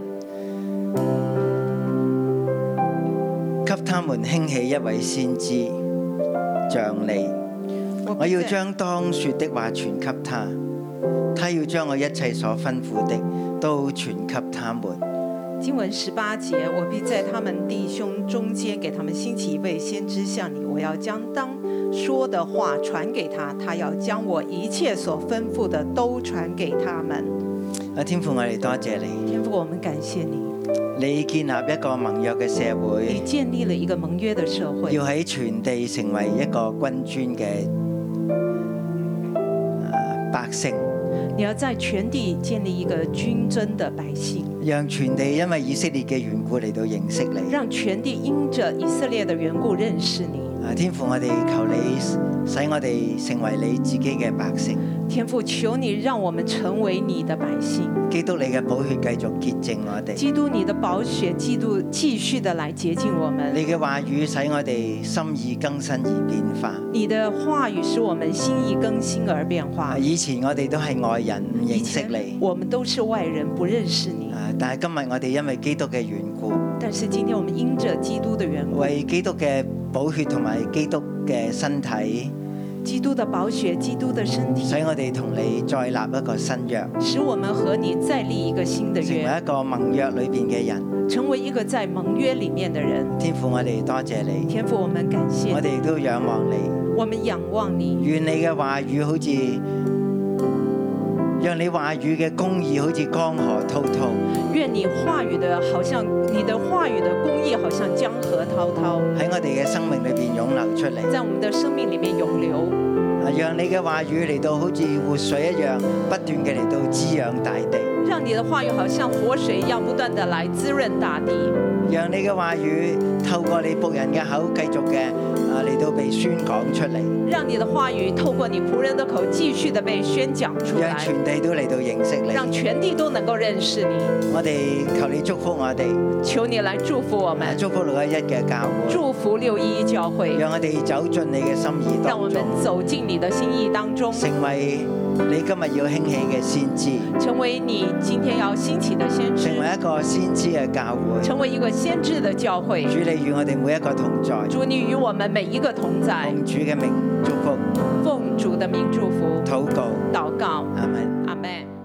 S2: 給他們興起一位先知，像你。我要將當說的話傳給他，他要將我一切所吩咐的都傳給他們。
S3: 经文十八节，我必在他们弟兄中间给他们兴起一位先知向你，我要将当说的话传给他，他要将我一切所吩咐的都传给他们。
S2: 啊，天父，我哋多謝你，
S3: 天父，我们感谢你，
S2: 你建立一個盟約嘅社
S3: 你
S2: 會，
S3: 建立了一个盟约的社会，
S2: 要喺全地成為一個君尊嘅啊百姓。
S3: 你要在全地建立一个均真的百姓，
S2: 讓全地因為以色列嘅緣故嚟到認識你。
S3: 让全地因着以色列的缘故认识你。
S2: 啊，天父，我哋求你使我哋成為你自己嘅百姓，
S3: 天父，求你让我们成为你的百姓，
S2: 基督你嘅寶血繼續潔淨我哋，
S3: 基督你的宝血，基督继续的来洁净我们。
S2: 你嘅話語使我哋心意更新而變化。
S3: 你的话语使我们心意更新而变化
S2: 啊，。以前我哋都係外人，唔認識你。
S3: 我们都是外人，不认识你。
S2: 啊，但係今日我哋因為基督嘅緣故，
S3: 但是今天我们因着基督的缘故，
S2: 為基督嘅寶血同埋基督嘅身體，
S3: 基督的宝血，基督的身体
S2: 使，我哋同你再立一個新約，
S3: 使我们和你再立一个新的
S2: 成為
S3: 约，
S2: 一個盟約裏邊嘅人。
S3: 成为一个在盟约里面的人。
S2: 天父，我哋多謝你，
S3: 天父，我们感谢
S2: 我
S3: 你，
S2: 哋亦都仰望你。
S3: 我们仰望你，
S2: 願你嘅話語好似，讓你話語嘅公義好似江河滔滔，
S3: 愿你话语的好像你的话语的公义，好像江河滔滔，
S2: 喺我哋嘅生命裏邊湧流出嚟。
S3: 在我们的生命里面涌流。
S2: 啊，讓你嘅話語嚟到好似活水一樣，不斷嘅嚟到滋養大地。
S3: 让你的话语好像活水一样，不断的来滋润大地。
S2: 讓你嘅話語透過你仆人嘅口繼續嘅啊嚟到被宣講出嚟，
S3: 让你的话语透过你仆人的口继续的被宣讲出
S2: 讓
S3: 来，
S2: 全地都嚟到認識
S3: 让
S2: 你。
S3: 全地都能够认识你。
S2: 我哋求你祝福我哋，
S3: 求你来祝福我们，
S2: 祝福六一一嘅教會，
S3: 祝福六一一教会，
S2: 讓我哋走進你嘅心意
S3: 让我
S2: 當
S3: 们
S2: 中，
S3: 走进你的心意当中，
S2: 成為你今日要興起嘅先知，
S3: 成为你今天要兴起的先知
S2: 成，為一個先知嘅教會。
S3: 成为一个先知的教会。
S2: 主你與我哋每一個同在，
S3: 主，你与我们每一个同在，
S2: 奉主嘅名祝福
S3: 奉主的名祝福，
S2: 禱告，
S3: 祷告，
S2: 阿門。
S3: 阿门。